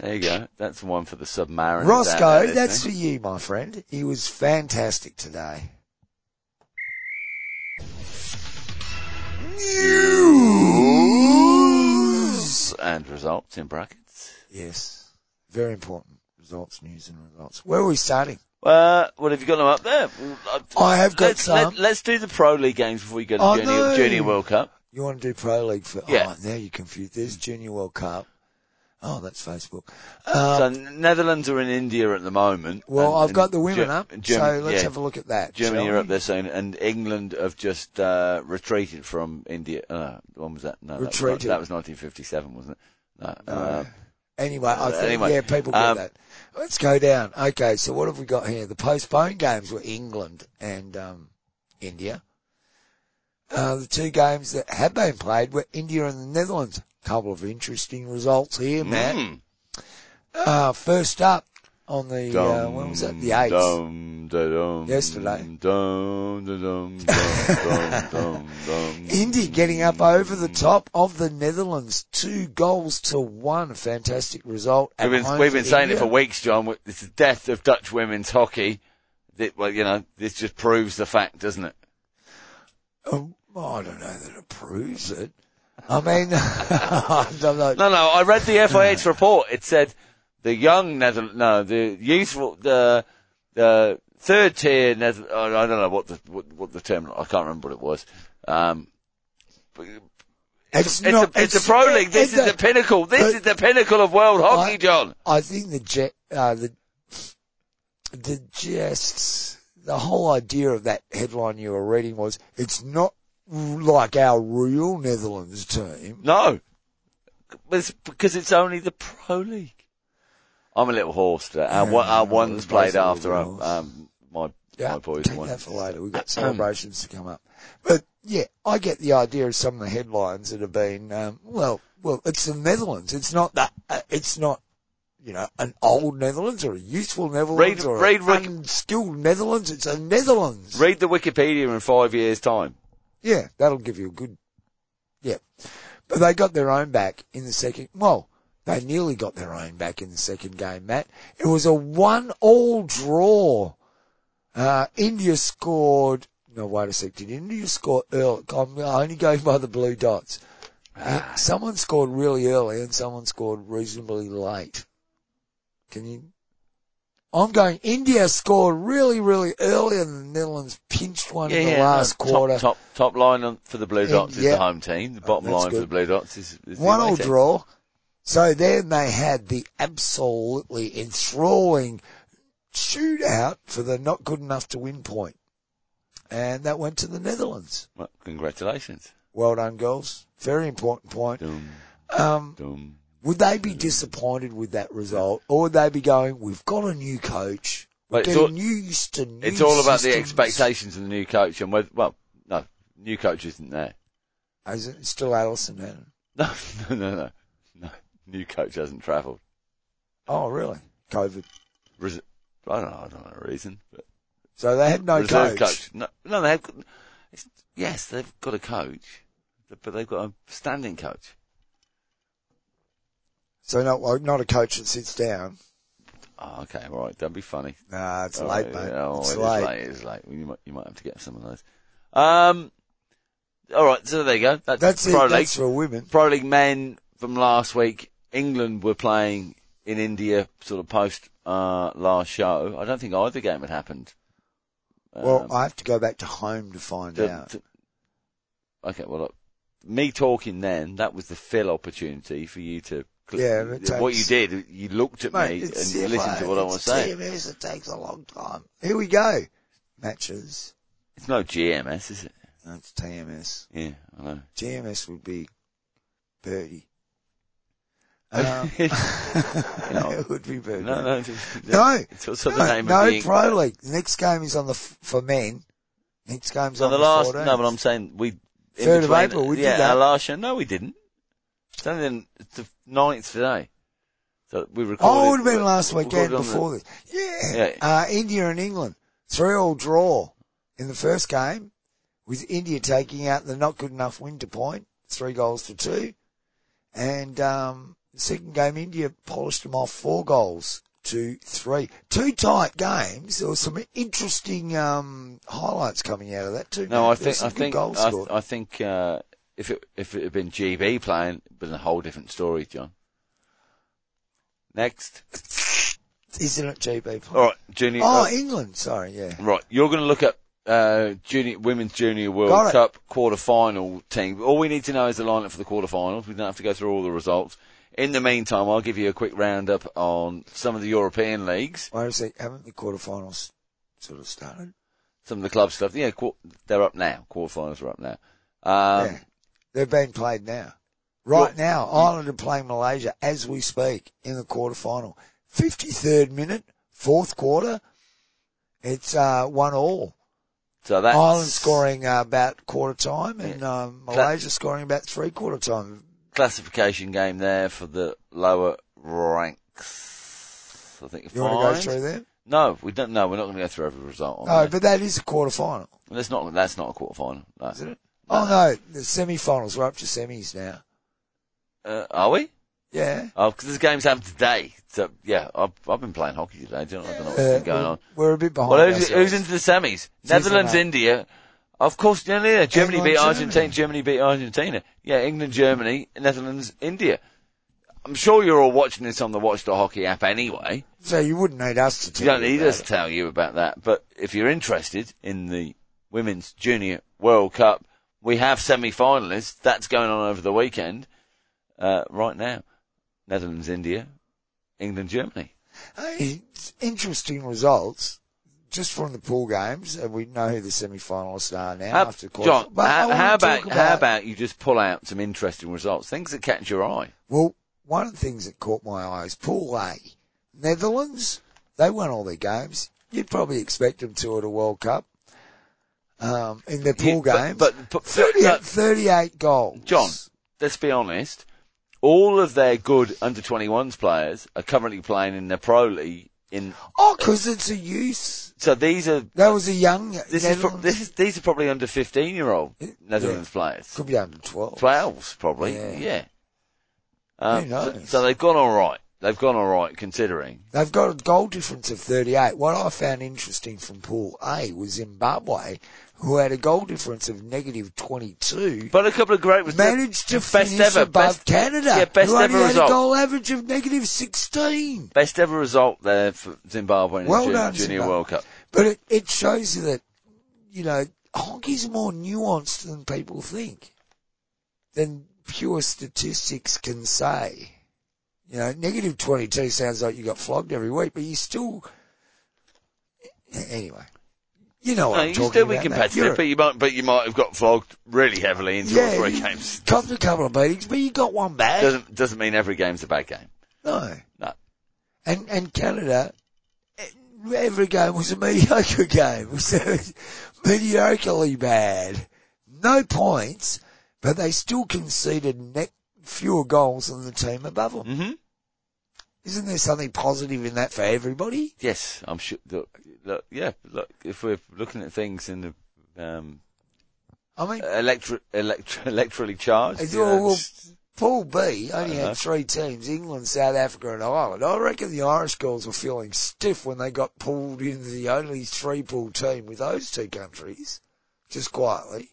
[SPEAKER 2] There you go. That's one for the submariner.
[SPEAKER 1] Roscoe, that's for you, my friend. He was fantastic today. News.
[SPEAKER 2] and results in brackets.
[SPEAKER 1] Yes, very important results, news, and results. Where are we starting?
[SPEAKER 2] Uh, well, have you got them up there? Well,
[SPEAKER 1] I have got
[SPEAKER 2] let's,
[SPEAKER 1] some.
[SPEAKER 2] Let, us do the pro league games before we go to
[SPEAKER 1] Oh,
[SPEAKER 2] junior,
[SPEAKER 1] no.
[SPEAKER 2] junior World Cup.
[SPEAKER 1] You want to do pro league for?
[SPEAKER 2] Yeah.
[SPEAKER 1] Oh, now you confused. There's Junior World Cup. Oh, that's Facebook.
[SPEAKER 2] So
[SPEAKER 1] Um,
[SPEAKER 2] Netherlands are in India at the moment.
[SPEAKER 1] well,
[SPEAKER 2] and-
[SPEAKER 1] I've got
[SPEAKER 2] and
[SPEAKER 1] the women
[SPEAKER 2] Ge-
[SPEAKER 1] up,
[SPEAKER 2] Germ-
[SPEAKER 1] so let's
[SPEAKER 2] yeah,
[SPEAKER 1] have a look at that.
[SPEAKER 2] Germany
[SPEAKER 1] shall
[SPEAKER 2] are up
[SPEAKER 1] we?
[SPEAKER 2] there soon, and England have just uh, retreated from India. Uh, when was that? No, that was, not-
[SPEAKER 1] Retreated. Oh,
[SPEAKER 2] that was 1957, wasn't it? No. Uh,
[SPEAKER 1] Anyway, I
[SPEAKER 2] Uh,
[SPEAKER 1] think
[SPEAKER 2] anyway,
[SPEAKER 1] yeah, people get
[SPEAKER 2] um,
[SPEAKER 1] that. Let's go down. Okay, so what have we got here? The postponed games were England and um, India. Uh, the two games that had been played were India and the Netherlands. couple of interesting results here, Matt.
[SPEAKER 2] mm.
[SPEAKER 1] Uh, first up on the uh, when was that? The eighth.
[SPEAKER 2] Dum, da, dum,
[SPEAKER 1] Yesterday.
[SPEAKER 2] Dum, da, dum, dum, dum, dum, dum.
[SPEAKER 1] India getting up over the top of the Netherlands, two goals to one. Fantastic result. at
[SPEAKER 2] We've been,
[SPEAKER 1] home
[SPEAKER 2] we've been saying it for
[SPEAKER 1] India.
[SPEAKER 2] weeks, John. We- It's the death of Dutch women's hockey. That, well, you know, this just proves the fact, doesn't it?
[SPEAKER 1] Um, I don't know that it proves it. I mean, I don't know.
[SPEAKER 2] No, no, I read the FIH report. It said the young Nether, no, the youthful, the, the third tier Nether, I I don't know what the, what, what the term, I can't remember what it was. Um,
[SPEAKER 1] it's,
[SPEAKER 2] it's,
[SPEAKER 1] not.
[SPEAKER 2] a, it's, a pro league. This
[SPEAKER 1] it's
[SPEAKER 2] is the pinnacle. This
[SPEAKER 1] but-
[SPEAKER 2] is the pinnacle of world hockey,
[SPEAKER 1] I-
[SPEAKER 2] John.
[SPEAKER 1] I think the jet, uh, the the just the whole idea of that headline you were reading was it's not like our real Netherlands team.
[SPEAKER 2] No, it's because it's only the pro league. I'm a little hoarse today. Our,
[SPEAKER 1] Yeah,
[SPEAKER 2] one- our
[SPEAKER 1] no,
[SPEAKER 2] one's
[SPEAKER 1] we're both
[SPEAKER 2] played
[SPEAKER 1] a
[SPEAKER 2] after
[SPEAKER 1] little
[SPEAKER 2] um, my my Um, boys
[SPEAKER 1] take
[SPEAKER 2] won.
[SPEAKER 1] that for later. We've got celebrations to come up. But yeah, I get the idea of some of the headlines that have been, um, well, well, it's the Netherlands. It's not that, uh, it's not, you know, an old Netherlands or a useful Netherlands
[SPEAKER 2] Read-
[SPEAKER 1] or
[SPEAKER 2] read
[SPEAKER 1] an
[SPEAKER 2] Rick-
[SPEAKER 1] unskilled Netherlands. It's a Netherlands.
[SPEAKER 2] Read the Wikipedia in five years' time.
[SPEAKER 1] Yeah, that'll give you a good, yeah. But they got their own back in the second, well, they nearly got their own back in the second game, Matt. It was a one all draw. Uh, India scored, no, wait a sec, did India score early? I'm only going by the blue dots.
[SPEAKER 2] Ah.
[SPEAKER 1] Uh, someone scored really early and someone scored reasonably late. Can you? I'm going, India scored really, really early and the Netherlands pinched one in the last
[SPEAKER 2] top-
[SPEAKER 1] quarter.
[SPEAKER 2] Top, top, line on, for the Blue
[SPEAKER 1] And,
[SPEAKER 2] Dots is
[SPEAKER 1] yeah.
[SPEAKER 2] the home team. The
[SPEAKER 1] Oh,
[SPEAKER 2] bottom
[SPEAKER 1] that's
[SPEAKER 2] line for
[SPEAKER 1] good.
[SPEAKER 2] the Blue Dots is, is the
[SPEAKER 1] one
[SPEAKER 2] away
[SPEAKER 1] all
[SPEAKER 2] team.
[SPEAKER 1] draw. So then they had the absolutely enthralling shootout for the not good enough to win point. And that went to the Netherlands.
[SPEAKER 2] Well, congratulations.
[SPEAKER 1] Well done, girls. Very important point.
[SPEAKER 2] Dum,
[SPEAKER 1] Um,
[SPEAKER 2] dum.
[SPEAKER 1] would they be disappointed with that result, or would they be going, "We've got a new coach, we're
[SPEAKER 2] But it's
[SPEAKER 1] getting
[SPEAKER 2] all-
[SPEAKER 1] used to new
[SPEAKER 2] It's all about the
[SPEAKER 1] systems."
[SPEAKER 2] expectations of the new coach and whether, well, no, new coach isn't there.
[SPEAKER 1] Is it still Allison? then?
[SPEAKER 2] No, no, no, no. no. New coach hasn't travelled.
[SPEAKER 1] Oh, really? COVID.
[SPEAKER 2] Res- I don't know, I don't know the reason, but
[SPEAKER 1] So they had no
[SPEAKER 2] reserve
[SPEAKER 1] coach.
[SPEAKER 2] coach. No, no, they have. got- It's, yes, they've got a coach, but they've got a standing coach.
[SPEAKER 1] So not well, not a coach that sits down.
[SPEAKER 2] Oh, okay, all right. Don't be funny.
[SPEAKER 1] Nah, it's
[SPEAKER 2] All
[SPEAKER 1] late,
[SPEAKER 2] right,
[SPEAKER 1] mate.
[SPEAKER 2] oh,
[SPEAKER 1] it's
[SPEAKER 2] it is
[SPEAKER 1] late.
[SPEAKER 2] late. It's late. You might, you might have to get some of those. Um, all right. So there you go. That's,
[SPEAKER 1] That's it.
[SPEAKER 2] pro league.
[SPEAKER 1] That's for women.
[SPEAKER 2] Pro League men from last week. England were playing in India, sort of post uh, last show. I don't think either game had happened.
[SPEAKER 1] well,
[SPEAKER 2] Um,
[SPEAKER 1] I have to go back to home to find
[SPEAKER 2] the-
[SPEAKER 1] out.
[SPEAKER 2] the- okay, well, look, me talking then, that was the fill opportunity for you to. cl-
[SPEAKER 1] Yeah, it
[SPEAKER 2] what you
[SPEAKER 1] takes-
[SPEAKER 2] did, you looked at
[SPEAKER 1] Mate,
[SPEAKER 2] me and
[SPEAKER 1] it's
[SPEAKER 2] you listened to what I
[SPEAKER 1] it's
[SPEAKER 2] was saying.
[SPEAKER 1] TMS, it takes a long time. Here we go. Matches.
[SPEAKER 2] It's no GMS, is it?
[SPEAKER 1] That's TMS.
[SPEAKER 2] Yeah, I know.
[SPEAKER 1] TMS would be Birdie. Um,
[SPEAKER 2] No.
[SPEAKER 1] it would be Birdie.
[SPEAKER 2] no, no,
[SPEAKER 1] No.
[SPEAKER 2] It's also the
[SPEAKER 1] No,
[SPEAKER 2] name
[SPEAKER 1] no
[SPEAKER 2] of the
[SPEAKER 1] Pro League. The next game is on the f- for men. Next game's
[SPEAKER 2] So
[SPEAKER 1] on
[SPEAKER 2] the last,
[SPEAKER 1] 14th.
[SPEAKER 2] no, but I'm saying we. in
[SPEAKER 1] Third of
[SPEAKER 2] between-
[SPEAKER 1] April, we did
[SPEAKER 2] yeah,
[SPEAKER 1] that.
[SPEAKER 2] our last show. No, we didn't. It's only the, it's the 9th today. So we recorded.
[SPEAKER 1] Oh, it would have been last
[SPEAKER 2] we- we
[SPEAKER 1] weekend
[SPEAKER 2] recorded on the-
[SPEAKER 1] before this. Yeah.
[SPEAKER 2] Yeah.
[SPEAKER 1] Uh, India and England. Three all draw in the first game with India taking out the not good enough win to point. Three goals to two. And, um, second game, India polished them off four goals to three. Two tight games. There was some interesting, um, highlights coming out of that too.
[SPEAKER 2] No, I
[SPEAKER 1] There was
[SPEAKER 2] think
[SPEAKER 1] some
[SPEAKER 2] I
[SPEAKER 1] good
[SPEAKER 2] think
[SPEAKER 1] goals
[SPEAKER 2] I,
[SPEAKER 1] scored.
[SPEAKER 2] I think uh, if it if it had been GB playing, it'd been a whole different story, John. Next,
[SPEAKER 1] Isn't it GB?
[SPEAKER 2] all right, junior.
[SPEAKER 1] Oh,
[SPEAKER 2] uh,
[SPEAKER 1] England. Sorry. Yeah.
[SPEAKER 2] right, you're going to look at uh, junior women's junior
[SPEAKER 1] Got
[SPEAKER 2] World
[SPEAKER 1] it.
[SPEAKER 2] Cup quarter final team. All we need to know is the lineup for the quarterfinals. We don't have to go through all the results. In the meantime, I'll give you a quick roundup on some of the European leagues,
[SPEAKER 1] Wait a sec. Haven't the quarterfinals sort of started?
[SPEAKER 2] some of the club stuff. Yeah, quar they're up now. Quarterfinals are up now. Um,
[SPEAKER 1] yeah. They're being played now. Right
[SPEAKER 2] Well-
[SPEAKER 1] now, Ireland are playing Malaysia as we speak in the quarterfinal. 53rd minute, fourth quarter. It's, uh, one all.
[SPEAKER 2] So that's
[SPEAKER 1] Ireland scoring uh, about quarter time and, um,
[SPEAKER 2] That-
[SPEAKER 1] Malaysia scoring about three quarter time.
[SPEAKER 2] classification game there for the lower ranks. I think
[SPEAKER 1] You
[SPEAKER 2] five.
[SPEAKER 1] want to go through Oh, them?
[SPEAKER 2] No, we don't. No, we're not going to go through every result. On
[SPEAKER 1] No,
[SPEAKER 2] there.
[SPEAKER 1] but that is a quarterfinal.
[SPEAKER 2] that's not that's not a quarterfinal. No.
[SPEAKER 1] Is it? Oh no, the semi-finals. We're up to semis now.
[SPEAKER 2] Uh, are we?
[SPEAKER 1] Yeah.
[SPEAKER 2] Oh, because this game's happened today. So yeah, I've, I've been playing hockey today. Do you know, I don't know what's
[SPEAKER 1] Uh,
[SPEAKER 2] been going
[SPEAKER 1] we're-
[SPEAKER 2] on.
[SPEAKER 1] We're a bit behind.
[SPEAKER 2] Well, who's,
[SPEAKER 1] ourselves.
[SPEAKER 2] who's into the semis?
[SPEAKER 1] Who's in
[SPEAKER 2] Netherlands,
[SPEAKER 1] that?
[SPEAKER 2] India. Of course, yeah, yeah, Germany
[SPEAKER 1] England,
[SPEAKER 2] beat Argentina.
[SPEAKER 1] Germany.
[SPEAKER 2] Germany beat Argentina. Yeah, England, Germany, Netherlands, India. I'm sure you're all watching this on the Watch the Hockey app anyway.
[SPEAKER 1] So you wouldn't need us to
[SPEAKER 2] You
[SPEAKER 1] tell
[SPEAKER 2] don't need
[SPEAKER 1] about
[SPEAKER 2] us to
[SPEAKER 1] it.
[SPEAKER 2] tell you about that, but if you're interested in the Women's Junior World Cup, we have semi-finalists. That's going on over the weekend, uh, right now. Netherlands, India, England, Germany.
[SPEAKER 1] Hey, it's interesting results just from the pool games, and we know who the semi-finalists are now
[SPEAKER 2] How-
[SPEAKER 1] after the quarter.
[SPEAKER 2] John,
[SPEAKER 1] I
[SPEAKER 2] how,
[SPEAKER 1] wanna
[SPEAKER 2] how
[SPEAKER 1] talk
[SPEAKER 2] about, how about you just pull out some interesting results, things that catch your eye?
[SPEAKER 1] Well, one of the things that caught my eye is Pool A. Netherlands, they won all their games. You'd probably expect them to at a World Cup. Um, in their pool
[SPEAKER 2] Yeah,
[SPEAKER 1] game.
[SPEAKER 2] but, but, but
[SPEAKER 1] 38,
[SPEAKER 2] but-
[SPEAKER 1] 38 goals.
[SPEAKER 2] John, let's be honest. All of their good under 21s players are currently playing in the pro league. In
[SPEAKER 1] Oh, cause it's a youth.
[SPEAKER 2] so these are
[SPEAKER 1] That was a young.
[SPEAKER 2] this is, pro- this is these are probably under 15 year old Netherlands players,
[SPEAKER 1] could be under 12.
[SPEAKER 2] 12s probably.
[SPEAKER 1] Yeah.
[SPEAKER 2] Yeah. Um,
[SPEAKER 1] Who
[SPEAKER 2] so,
[SPEAKER 1] knows?
[SPEAKER 2] so they've gone all right. They've gone all right considering.
[SPEAKER 1] They've got a goal difference of 38. What I found interesting from Pool A was Zimbabwe, who had a goal difference of negative 22,
[SPEAKER 2] But a couple of great was
[SPEAKER 1] managed to
[SPEAKER 2] best
[SPEAKER 1] finish
[SPEAKER 2] ever,
[SPEAKER 1] above
[SPEAKER 2] best-
[SPEAKER 1] Canada,
[SPEAKER 2] yeah, best
[SPEAKER 1] who only
[SPEAKER 2] ever
[SPEAKER 1] had
[SPEAKER 2] result.
[SPEAKER 1] a goal average of negative 16.
[SPEAKER 2] best ever result there for Zimbabwe in
[SPEAKER 1] Well
[SPEAKER 2] the Ju-
[SPEAKER 1] done,
[SPEAKER 2] Junior
[SPEAKER 1] Zimbabwe.
[SPEAKER 2] World Cup.
[SPEAKER 1] But it, it shows you that, you know, hockey's more nuanced than people think, than pure statistics can say. You know, negative 22 sounds like you got flogged every week, but you still, anyway, you know what
[SPEAKER 2] No,
[SPEAKER 1] I'm
[SPEAKER 2] you
[SPEAKER 1] talking
[SPEAKER 2] still
[SPEAKER 1] about.
[SPEAKER 2] be
[SPEAKER 1] mate.
[SPEAKER 2] competitive,
[SPEAKER 1] You're-
[SPEAKER 2] but you might but you might have got flogged really heavily in two
[SPEAKER 1] yeah,
[SPEAKER 2] or three
[SPEAKER 1] you
[SPEAKER 2] games.
[SPEAKER 1] Copped a couple of beatings, but you got one back.
[SPEAKER 2] Doesn't doesn't mean every game's a bad game.
[SPEAKER 1] no.
[SPEAKER 2] No.
[SPEAKER 1] And, and Canada, every game was a mediocre game. It was mediocrely bad. No points, but they still conceded net fewer goals than the team above them.
[SPEAKER 2] Mm-hmm.
[SPEAKER 1] Isn't there something positive in that for everybody?
[SPEAKER 2] Yes, I'm sure. Look, look, yeah, look. If we're looking at things in the um,
[SPEAKER 1] I
[SPEAKER 2] Uh,
[SPEAKER 1] mean,
[SPEAKER 2] electro, electro, electorally charged,
[SPEAKER 1] It's
[SPEAKER 2] you know,
[SPEAKER 1] all- well,
[SPEAKER 2] it's-
[SPEAKER 1] Pool B only
[SPEAKER 2] Uh-huh.
[SPEAKER 1] had three teams, England, South Africa and Ireland. I reckon the Irish girls were feeling stiff when they got pulled into the only three pool team with those two countries. Just quietly.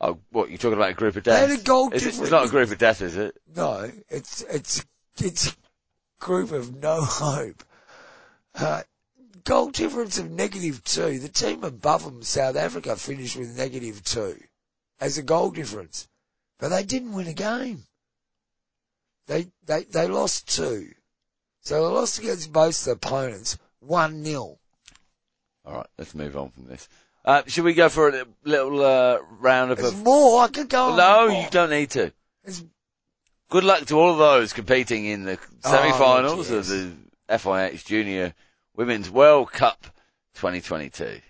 [SPEAKER 2] oh, what you're talking about? A group of
[SPEAKER 1] They had
[SPEAKER 2] death?
[SPEAKER 1] a goal
[SPEAKER 2] Is it-
[SPEAKER 1] difference.
[SPEAKER 2] it's not a group of death, is it?
[SPEAKER 1] No, it's it's it's a group of no hope. Uh, goal difference of negative two. The team above them, South Africa, finished with negative two as a goal difference, but they didn't win a game. They they they lost two, so they lost against both the opponents one 0
[SPEAKER 2] All right, let's move on from this. Uh, should we go for a li- little uh, round of?
[SPEAKER 1] There's
[SPEAKER 2] a-
[SPEAKER 1] more. I could go. on
[SPEAKER 2] no,
[SPEAKER 1] more.
[SPEAKER 2] you don't need to.
[SPEAKER 1] There's-
[SPEAKER 2] Good luck to all of those competing in the semi-finals
[SPEAKER 1] Oh,
[SPEAKER 2] of the FIH Junior Women's World Cup 2022.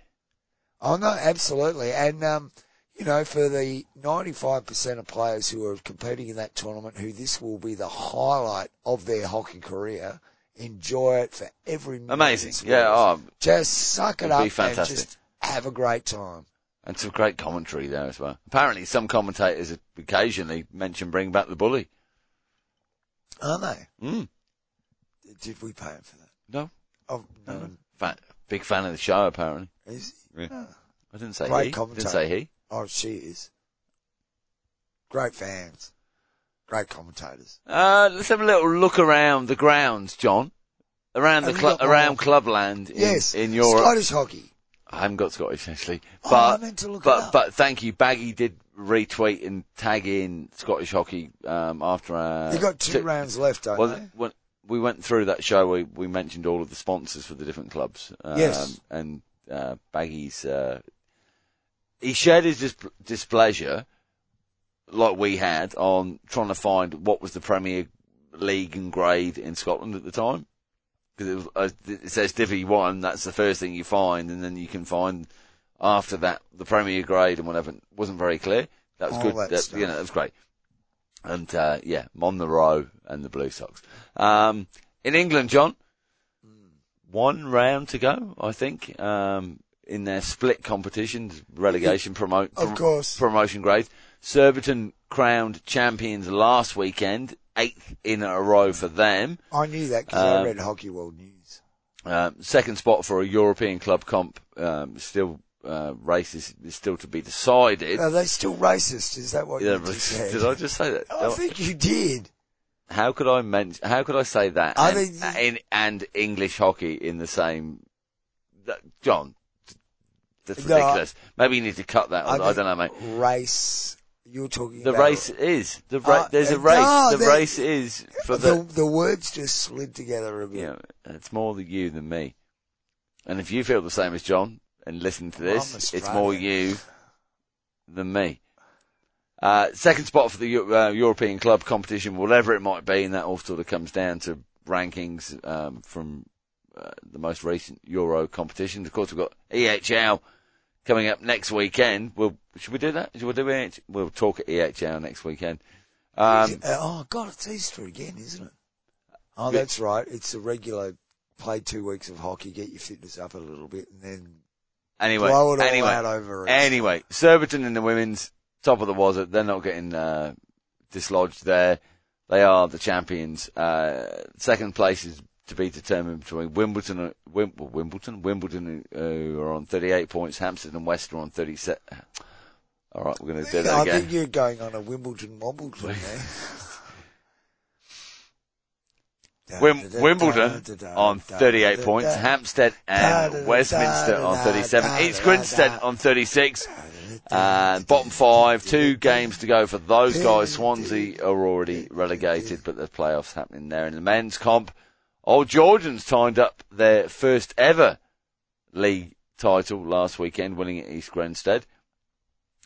[SPEAKER 1] Oh no, absolutely. And um, you know, for the ninety-five percent of players who are competing in that tournament, who this will be the highlight of their hockey career, enjoy it for every minute it's
[SPEAKER 2] Amazing, yeah.
[SPEAKER 1] worth.
[SPEAKER 2] Oh,
[SPEAKER 1] just suck it
[SPEAKER 2] It'll
[SPEAKER 1] up
[SPEAKER 2] be
[SPEAKER 1] and
[SPEAKER 2] fantastic.
[SPEAKER 1] just have a great time.
[SPEAKER 2] And some great commentary there as well. Apparently, some commentators occasionally mention bring back the bully.
[SPEAKER 1] Aren't they?
[SPEAKER 2] Mm.
[SPEAKER 1] Did we pay him for that?
[SPEAKER 2] No,
[SPEAKER 1] Oh no,
[SPEAKER 2] Fa- big Um, fan of the show. Apparently,
[SPEAKER 1] is he?
[SPEAKER 2] Yeah.
[SPEAKER 1] Oh.
[SPEAKER 2] I didn't say
[SPEAKER 1] Great
[SPEAKER 2] he.
[SPEAKER 1] commentator.
[SPEAKER 2] Didn't say he.
[SPEAKER 1] oh, she is. Great fans, great commentators.
[SPEAKER 2] Uh, let's have a little look around the grounds, John. Around the
[SPEAKER 1] Have you
[SPEAKER 2] clu-
[SPEAKER 1] got more?
[SPEAKER 2] around clubland in,
[SPEAKER 1] yes,
[SPEAKER 2] in Europe.
[SPEAKER 1] Scottish hockey.
[SPEAKER 2] I haven't got Scottish actually,
[SPEAKER 1] Oh, I
[SPEAKER 2] but
[SPEAKER 1] meant to look it
[SPEAKER 2] but
[SPEAKER 1] up.
[SPEAKER 2] but thank you. Baggy did retweet and tag in Scottish hockey um, after uh,
[SPEAKER 1] They got two
[SPEAKER 2] t-
[SPEAKER 1] rounds left, don't
[SPEAKER 2] Well,
[SPEAKER 1] they?
[SPEAKER 2] th- when we went through that show, we, we mentioned all of the sponsors for the different clubs. Um,
[SPEAKER 1] Yes.
[SPEAKER 2] And uh, Baggy's, uh, he shared his dis- displeasure, like we had, on trying to find what was the Premier League and grade in Scotland at the time. Because it, was- uh, it says Divi 1, that's the first thing you find, and then you can find after that the Premier grade and whatever. It wasn't very clear. That was
[SPEAKER 1] All
[SPEAKER 2] good.
[SPEAKER 1] Oh, that
[SPEAKER 2] That,
[SPEAKER 1] stuff.
[SPEAKER 2] you know, that was great. And uh, yeah, Monroe and the Blue Sox. Um, in England, John, one round to go, I think, um, in their split competitions, relegation, promo-
[SPEAKER 1] Of course.
[SPEAKER 2] promotion grades. Surbiton crowned champions last weekend, eighth in a row for them.
[SPEAKER 1] I knew that because I
[SPEAKER 2] Um,
[SPEAKER 1] read Hockey World News.
[SPEAKER 2] Um, second spot for a European club comp, um, still uh, races is still to be decided.
[SPEAKER 1] Are they still racist? Is that Oh, what
[SPEAKER 2] Yeah,
[SPEAKER 1] you
[SPEAKER 2] but-
[SPEAKER 1] just said? Oh,
[SPEAKER 2] did I just say that?
[SPEAKER 1] I think you did.
[SPEAKER 2] How could I men- How could I say that?
[SPEAKER 1] I
[SPEAKER 2] and,
[SPEAKER 1] think-
[SPEAKER 2] in, and English hockey in the same. that- John, that's
[SPEAKER 1] No, I-
[SPEAKER 2] ridiculous. Maybe you need to cut that. I, I
[SPEAKER 1] think
[SPEAKER 2] don't know, mate.
[SPEAKER 1] Race. You're talking
[SPEAKER 2] The
[SPEAKER 1] about
[SPEAKER 2] race is the ra-
[SPEAKER 1] Uh,
[SPEAKER 2] there's a
[SPEAKER 1] no,
[SPEAKER 2] race. the
[SPEAKER 1] the-
[SPEAKER 2] race is for
[SPEAKER 1] The,
[SPEAKER 2] the,
[SPEAKER 1] the, words just slid together a bit.
[SPEAKER 2] you know, it's more the you than me. And if you feel the same as John and listen to this,
[SPEAKER 1] I'm
[SPEAKER 2] it's more
[SPEAKER 1] Australian.
[SPEAKER 2] you than me. Uh, second spot for the Eu- uh, European club competition, whatever it might be, and that all sort of comes down to rankings um, from uh, the most recent Euro competitions. Of course, we've got EHL coming up next weekend. We'll, should we do that? Should we do EHL? We'll talk at EHL next weekend. Um,
[SPEAKER 1] Uh, oh God, it's Easter again, isn't it? Oh, that's right. It's a regular play two weeks of hockey, get your fitness up a little bit, and then
[SPEAKER 2] anyway,
[SPEAKER 1] blow it all
[SPEAKER 2] anyway,
[SPEAKER 1] out over. it.
[SPEAKER 2] Anyway, Surbiton in the women's top of the wazzer. They're not getting uh, dislodged there. They are the champions. Uh, second place is to be determined between Wimbledon, and- Wim, well, Wimbledon, Wimbledon uh, are on 38 points. Hampstead and West are on 37. All right, we're going to do
[SPEAKER 1] I
[SPEAKER 2] that
[SPEAKER 1] think
[SPEAKER 2] again.
[SPEAKER 1] you're going on a Wimbledon Wombledon there.
[SPEAKER 2] Wim, Wimbledon on 38 points. Hampstead and Westminster on 37. East Grinstead on 36. And bottom five, two games to go for those guys. Swansea are already relegated, but the playoffs happening there in the men's comp. Old Georgians tied up their first ever league title last weekend, winning at East Grinstead.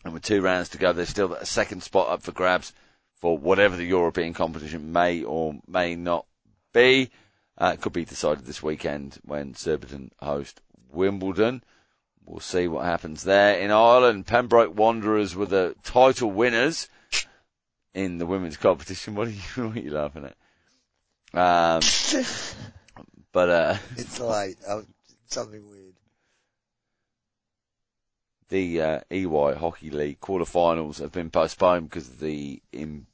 [SPEAKER 2] And with two rounds to go, there's still a second spot up for grabs for whatever the European competition may or may not be. Uh, it could be decided this weekend when Surbiton host Wimbledon. We'll see what happens there. In Ireland, Pembroke Wanderers were the title winners in the women's competition. What are you, what are you laughing at? Um, but uh,
[SPEAKER 1] It's late. Oh, something weird.
[SPEAKER 2] the uh, EY Hockey League quarterfinals have been postponed because of the in,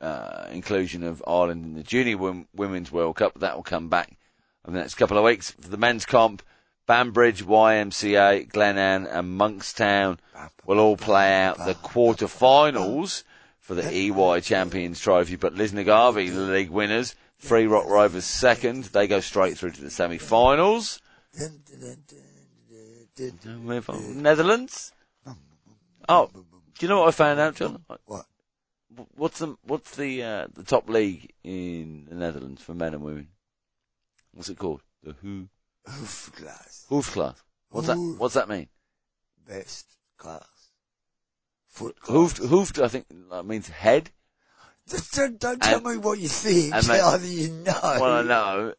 [SPEAKER 2] uh, inclusion of Ireland in the Junior Wom- Women's World Cup. That will come back in the next couple of weeks. For the men's comp, Banbridge, YMCA, Glenann and Monkstown will all play out the quarterfinals for the EY Champions Trophy. But Lisnagarvi, the league winners, Free Rock Rovers second. They go straight through to the semi-finals.
[SPEAKER 1] Dun, dun, dun, dun, dun, dun.
[SPEAKER 2] Move on. Netherlands. Oh, do you know what I found out, John?
[SPEAKER 1] What?
[SPEAKER 2] What's the what's the uh, the top league in the Netherlands for men and women? What's it called? The who
[SPEAKER 1] Oof, class.
[SPEAKER 2] who's class? What's that?
[SPEAKER 1] Hoof.
[SPEAKER 2] What's that mean?
[SPEAKER 1] Best class. Foot class.
[SPEAKER 2] Hoofed, hoofed. I think that means head.
[SPEAKER 1] Just Don't, don't tell
[SPEAKER 2] And-
[SPEAKER 1] me what you think.
[SPEAKER 2] and they-
[SPEAKER 1] Either you know.
[SPEAKER 2] Well, I know,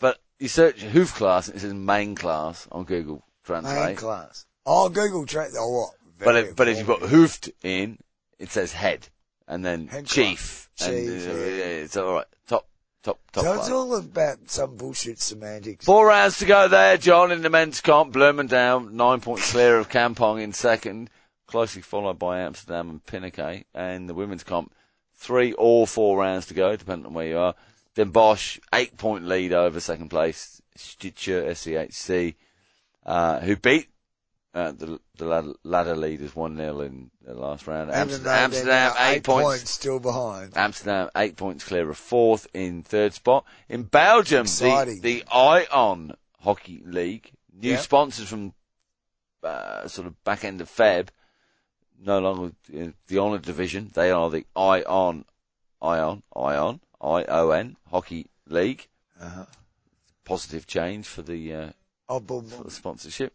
[SPEAKER 2] but you search hoof class and it says main class on Google
[SPEAKER 1] Main
[SPEAKER 2] Translate.
[SPEAKER 1] class. Oh, Google Translate. Oh, what?
[SPEAKER 2] but
[SPEAKER 1] Very
[SPEAKER 2] if, but if you've got
[SPEAKER 1] informative.
[SPEAKER 2] hoofed in, it says head, and then
[SPEAKER 1] Head
[SPEAKER 2] chief.
[SPEAKER 1] class.
[SPEAKER 2] and,
[SPEAKER 1] Chief,
[SPEAKER 2] uh,
[SPEAKER 1] yeah.
[SPEAKER 2] It's all right. Top top top.
[SPEAKER 1] So
[SPEAKER 2] class.
[SPEAKER 1] it's all about some bullshit semantics.
[SPEAKER 2] Four rounds to go there, John in the men's comp. Bloomendale, nine points clear of Kampong in second, closely followed by Amsterdam and Pinnacle. And the women's comp, three or four rounds to go, depending on where you are. Then Bosch, eight point lead over second place, Stitcher, SEHC, uh, who beat uh, the, the lad- ladder leaders 1-0 in the last round.
[SPEAKER 1] Even
[SPEAKER 2] Amsterdam,
[SPEAKER 1] though they're
[SPEAKER 2] Amsterdam
[SPEAKER 1] now
[SPEAKER 2] eight, points.
[SPEAKER 1] still behind.
[SPEAKER 2] Amsterdam eight points clear of fourth in third spot. In Belgium, the,
[SPEAKER 1] Exciting.
[SPEAKER 2] the Ion Hockey League, new
[SPEAKER 1] Yeah.
[SPEAKER 2] sponsors from uh, sort of back end of Feb, no longer in the Honour Division. They are the Ion, Ion, Ion, I O N Hockey League.
[SPEAKER 1] Uh-huh.
[SPEAKER 2] Positive change for the uh,
[SPEAKER 1] Oh, boom, boom.
[SPEAKER 2] for the sponsorship.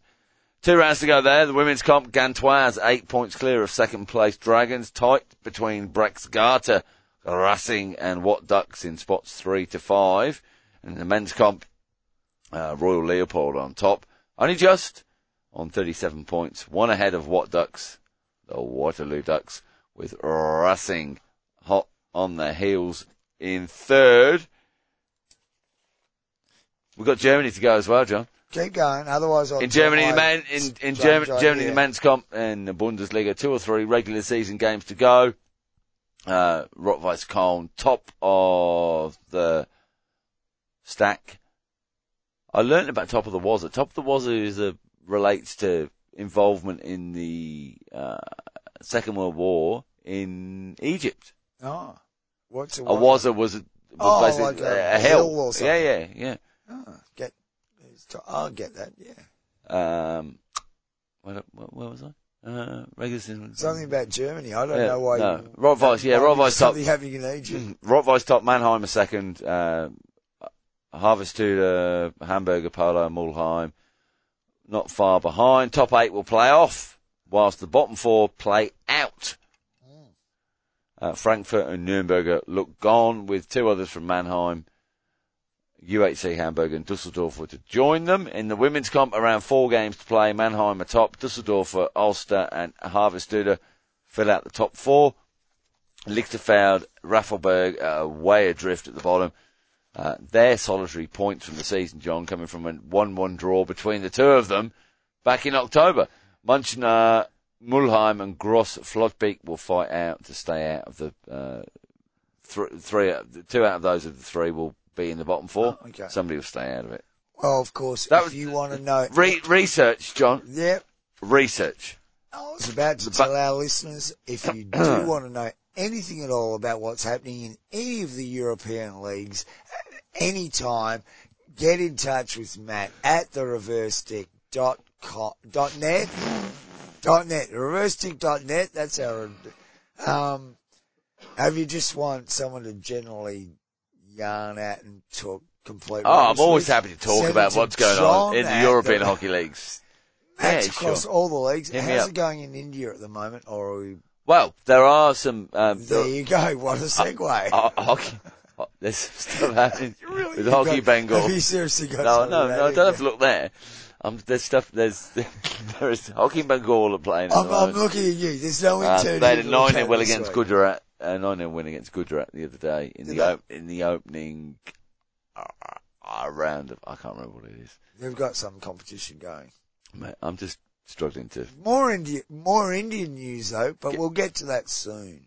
[SPEAKER 2] Two rounds to go there. The women's comp, Gantois, eight points clear of second place Dragons, tight between Brexgarter, Racing and What Ducks in spots three to five. And the men's comp, uh, Royal Leopold on top, only just on 37 points, one ahead of What Ducks, the Waterloo Ducks, with Racing hot on their heels in third. We've got Germany to go as well, John.
[SPEAKER 1] Keep going, otherwise I'll
[SPEAKER 2] In Germany,
[SPEAKER 1] do
[SPEAKER 2] the
[SPEAKER 1] my
[SPEAKER 2] man in in
[SPEAKER 1] strange
[SPEAKER 2] Germany,
[SPEAKER 1] idea.
[SPEAKER 2] Germany, the men's comp and the Bundesliga, two or three regular season games to go. Uh, Rottweiss Köln, top of the stack. I learned about top of the Wazza. Top of the Wazza is a relates to involvement in the uh, Second World War in Egypt.
[SPEAKER 1] Oh, what's a,
[SPEAKER 2] A Wazza was a,
[SPEAKER 1] Oh,
[SPEAKER 2] basically
[SPEAKER 1] like a
[SPEAKER 2] a hill.
[SPEAKER 1] hill or something.
[SPEAKER 2] Yeah, yeah, yeah.
[SPEAKER 1] Oh, get, I'll get that. Yeah,
[SPEAKER 2] Um, where, where was I? Uh, regular season.
[SPEAKER 1] something about Germany. I don't
[SPEAKER 2] Yeah,
[SPEAKER 1] know why.
[SPEAKER 2] no.
[SPEAKER 1] you-
[SPEAKER 2] Rottweiler, yeah,
[SPEAKER 1] why you
[SPEAKER 2] Rottweiler's
[SPEAKER 1] something having an agent.
[SPEAKER 2] Rottweiler's top, Mannheim a second, uh, Harvest to uh, Hamburger, Polo, and Mulheim not far behind. Top eight will play off, whilst the bottom four play out. Mm. Uh, Frankfurt and Nuremberg look gone, with two others from Mannheim UHC Hamburg and Dusseldorf were to join them. In the women's comp, around four games to play, Mannheim are top, Dusseldorf, are Ulster and Harvestuda fill out the top four. Lichterfeld, Raffelberg are way adrift at the bottom. Uh, their solitary points from the season, John, coming from a 1-1 draw between the two of them back in October. Munchner, Mulheim and Gross Flodbeek will fight out to stay out of the, uh, thr- three, two out of those of the three will be in the bottom four.
[SPEAKER 1] Oh, okay.
[SPEAKER 2] Somebody will stay out of it.
[SPEAKER 1] Well, of course,
[SPEAKER 2] That
[SPEAKER 1] if
[SPEAKER 2] was-
[SPEAKER 1] you want to know.
[SPEAKER 2] Re- research, John.
[SPEAKER 1] yep.
[SPEAKER 2] Research.
[SPEAKER 1] I was about to
[SPEAKER 2] But-
[SPEAKER 1] tell our listeners if you do want to know anything at all about what's happening in any of the European leagues at any time, get in touch with Matt at the reverse stick dot com, dot net dot net reverse stick dot net. That's our. Um, have you just want someone to generally yarn at and talk complete?
[SPEAKER 2] Oh, I'm
[SPEAKER 1] rubbish
[SPEAKER 2] always
[SPEAKER 1] with?
[SPEAKER 2] happy to talk
[SPEAKER 1] Send it
[SPEAKER 2] about
[SPEAKER 1] to
[SPEAKER 2] what's going
[SPEAKER 1] John
[SPEAKER 2] on in the
[SPEAKER 1] at
[SPEAKER 2] European
[SPEAKER 1] the-
[SPEAKER 2] hockey leagues.
[SPEAKER 1] That's
[SPEAKER 2] Yeah,
[SPEAKER 1] across
[SPEAKER 2] sure.
[SPEAKER 1] all the leagues.
[SPEAKER 2] Hit me
[SPEAKER 1] How's
[SPEAKER 2] up.
[SPEAKER 1] it going in India at the moment? Or are we,
[SPEAKER 2] Well, there are some um,
[SPEAKER 1] there you go. What a segue.
[SPEAKER 2] ho- hockey. ho- There's some stuff happening with
[SPEAKER 1] You've
[SPEAKER 2] hockey
[SPEAKER 1] got- Have you
[SPEAKER 2] Bengal.
[SPEAKER 1] seriously got
[SPEAKER 2] No,
[SPEAKER 1] something
[SPEAKER 2] no,
[SPEAKER 1] about
[SPEAKER 2] no. I
[SPEAKER 1] it?
[SPEAKER 2] don't have to look there. Um, there's stuff. There's there is hockey Bengal are playing. At
[SPEAKER 1] I'm,
[SPEAKER 2] the
[SPEAKER 1] I'm
[SPEAKER 2] moment.
[SPEAKER 1] looking at you. There's no
[SPEAKER 2] Uh,
[SPEAKER 1] internal.
[SPEAKER 2] they had a nine 0 win against Gujarat. A nine 0 win against Gujarat the other day in
[SPEAKER 1] Did
[SPEAKER 2] the op- in the opening uh, uh, round of I can't remember what it is.
[SPEAKER 1] They've got some competition going.
[SPEAKER 2] Mate, I'm just struggling to.
[SPEAKER 1] More India, more Indian news though, but
[SPEAKER 2] Yeah.
[SPEAKER 1] we'll get to that soon.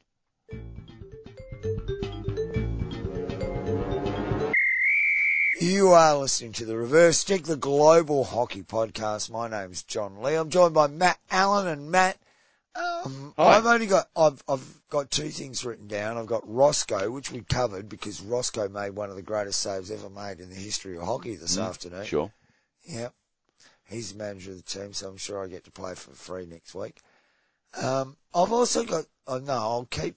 [SPEAKER 1] You are listening to the Reverse Stick, the global hockey podcast. My name's John Lee. I'm joined by Matt Allen and Matt. Um,
[SPEAKER 2] Hi.
[SPEAKER 1] I've only got I've I've got two things written down. I've got Roscoe, which we covered because Roscoe made one of the greatest saves ever made in the history of hockey this
[SPEAKER 2] Mm,
[SPEAKER 1] afternoon.
[SPEAKER 2] Sure.
[SPEAKER 1] Yep. He's the manager of the team, so I'm sure I get to play for free next week. Um, I've also got, oh no, I'll keep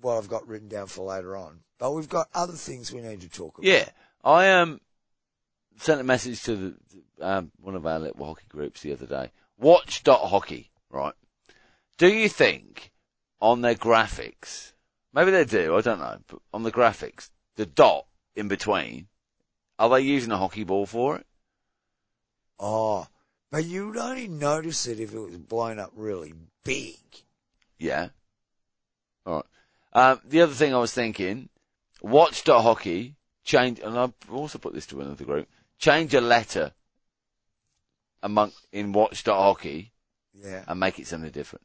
[SPEAKER 1] what I've got written down for later on, but we've got other things we need to talk about.
[SPEAKER 2] Yeah, I um sent a message to the, um, one of our little hockey groups the other day. Watch dot hockey, right? Do you think on their graphics, maybe they do, I don't know, but on the graphics, the dot in between, are they using a hockey ball for it?
[SPEAKER 1] Oh, but you'd only notice it if it was blown up really big.
[SPEAKER 2] Yeah. All right. Um, the other thing I was thinking, watch dot hockey change, and I've also put this to another group. Change a letter among in watch dot hockey
[SPEAKER 1] Yeah.
[SPEAKER 2] and make it something different.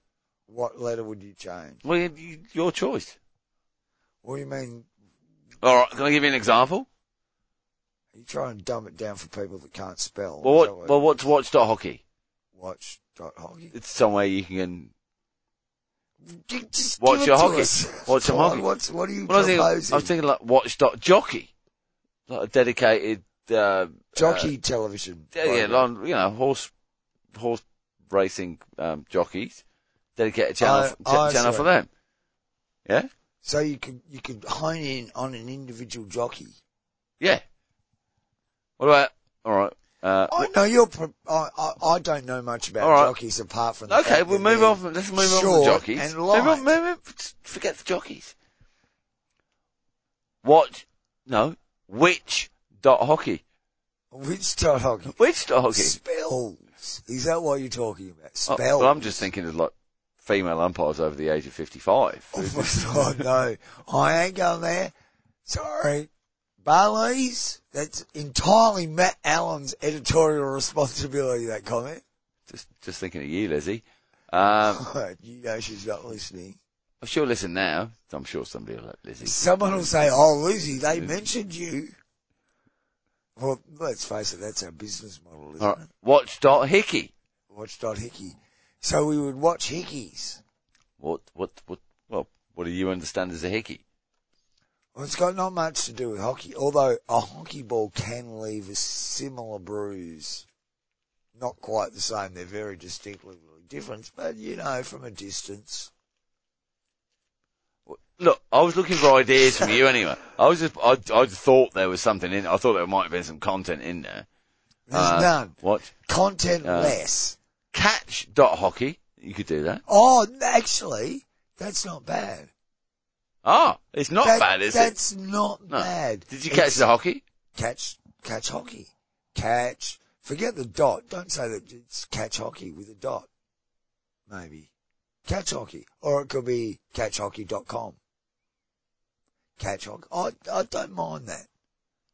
[SPEAKER 1] What letter would you change?
[SPEAKER 2] Well, you- you- your choice.
[SPEAKER 1] What do you mean?
[SPEAKER 2] All right, can I give you an example?
[SPEAKER 1] Are you trying to dumb it down for people that can't spell?
[SPEAKER 2] Well,
[SPEAKER 1] Is that
[SPEAKER 2] what, well, what's watch dot hockey?
[SPEAKER 1] watch dot hockey.
[SPEAKER 2] It's somewhere you can.
[SPEAKER 1] Just
[SPEAKER 2] Watch
[SPEAKER 1] give it
[SPEAKER 2] your
[SPEAKER 1] to
[SPEAKER 2] hockey.
[SPEAKER 1] us.
[SPEAKER 2] Watch your
[SPEAKER 1] God,
[SPEAKER 2] hockey.
[SPEAKER 1] What's, what are you
[SPEAKER 2] Well, I was thinking, I was
[SPEAKER 1] proposing?
[SPEAKER 2] thinking like watch dot jockey, like a dedicated uh,
[SPEAKER 1] Jockey television.
[SPEAKER 2] Uh, yeah, yeah,
[SPEAKER 1] program.
[SPEAKER 2] like, you know, horse horse racing um, jockeys. Dedicate a channel,
[SPEAKER 1] I-
[SPEAKER 2] f-
[SPEAKER 1] I
[SPEAKER 2] ch- channel
[SPEAKER 1] see.
[SPEAKER 2] for them. Yeah,
[SPEAKER 1] So you could you could hone in on an individual jockey.
[SPEAKER 2] yeah. What about? All right. Uh,
[SPEAKER 1] I know you're. pro- I, I, I don't know much about
[SPEAKER 2] All right.
[SPEAKER 1] jockeys apart from. The
[SPEAKER 2] Okay,
[SPEAKER 1] fact
[SPEAKER 2] we'll
[SPEAKER 1] that
[SPEAKER 2] move
[SPEAKER 1] they're-
[SPEAKER 2] on. From, let's move on from
[SPEAKER 1] short
[SPEAKER 2] the jockeys.
[SPEAKER 1] and
[SPEAKER 2] Move on,
[SPEAKER 1] light.
[SPEAKER 2] move on- forget the jockeys. What? No. Which dot hockey?
[SPEAKER 1] Which dot hockey?
[SPEAKER 2] Which dot hockey?
[SPEAKER 1] Spells. Is that what you're talking about?
[SPEAKER 2] Oh,
[SPEAKER 1] Spells.
[SPEAKER 2] well, I'm just thinking of like female umpires over the age of 55.
[SPEAKER 1] Oh my god, no! I ain't going there. Sorry, Barley's. That's entirely Matt Allen's editorial responsibility. That comment.
[SPEAKER 2] Just, just thinking of you, Lizzie. Um,
[SPEAKER 1] you know she's not listening.
[SPEAKER 2] I'm sure listen now. I'm sure somebody will let Lizzie.
[SPEAKER 1] Someone will say, "Oh, Lizzie, they mentioned you." Well, let's face it, that's our business model, isn't
[SPEAKER 2] All right.
[SPEAKER 1] it?
[SPEAKER 2] Watch dot hickey.
[SPEAKER 1] Watch Dot Hickey. So we would watch Hickeys.
[SPEAKER 2] What, what, what, well, what do you understand as a hickey?
[SPEAKER 1] Well, it's got not much to do with hockey, although a hockey ball can leave a similar bruise. Not quite the same. They're very distinctly different, but you know, from a distance.
[SPEAKER 2] Look, I was looking for ideas from you anyway. I was just, I, I just thought there was something in, I thought there might have been some content in there.
[SPEAKER 1] There's
[SPEAKER 2] Uh,
[SPEAKER 1] none.
[SPEAKER 2] What?
[SPEAKER 1] Content
[SPEAKER 2] uh,
[SPEAKER 1] less.
[SPEAKER 2] Catch dot hockey. You could do that.
[SPEAKER 1] Oh, actually, that's not bad.
[SPEAKER 2] Ah, it's not
[SPEAKER 1] That-
[SPEAKER 2] bad, is it?
[SPEAKER 1] That's not
[SPEAKER 2] No.
[SPEAKER 1] bad.
[SPEAKER 2] Did you
[SPEAKER 1] It's-
[SPEAKER 2] catch the hockey?
[SPEAKER 1] catch, catch hockey. Catch, forget the dot. Don't say that it's catch hockey with a dot. Maybe. Catch hockey. Or it could be catchhockey.com. Catch hockey. I, I don't mind that.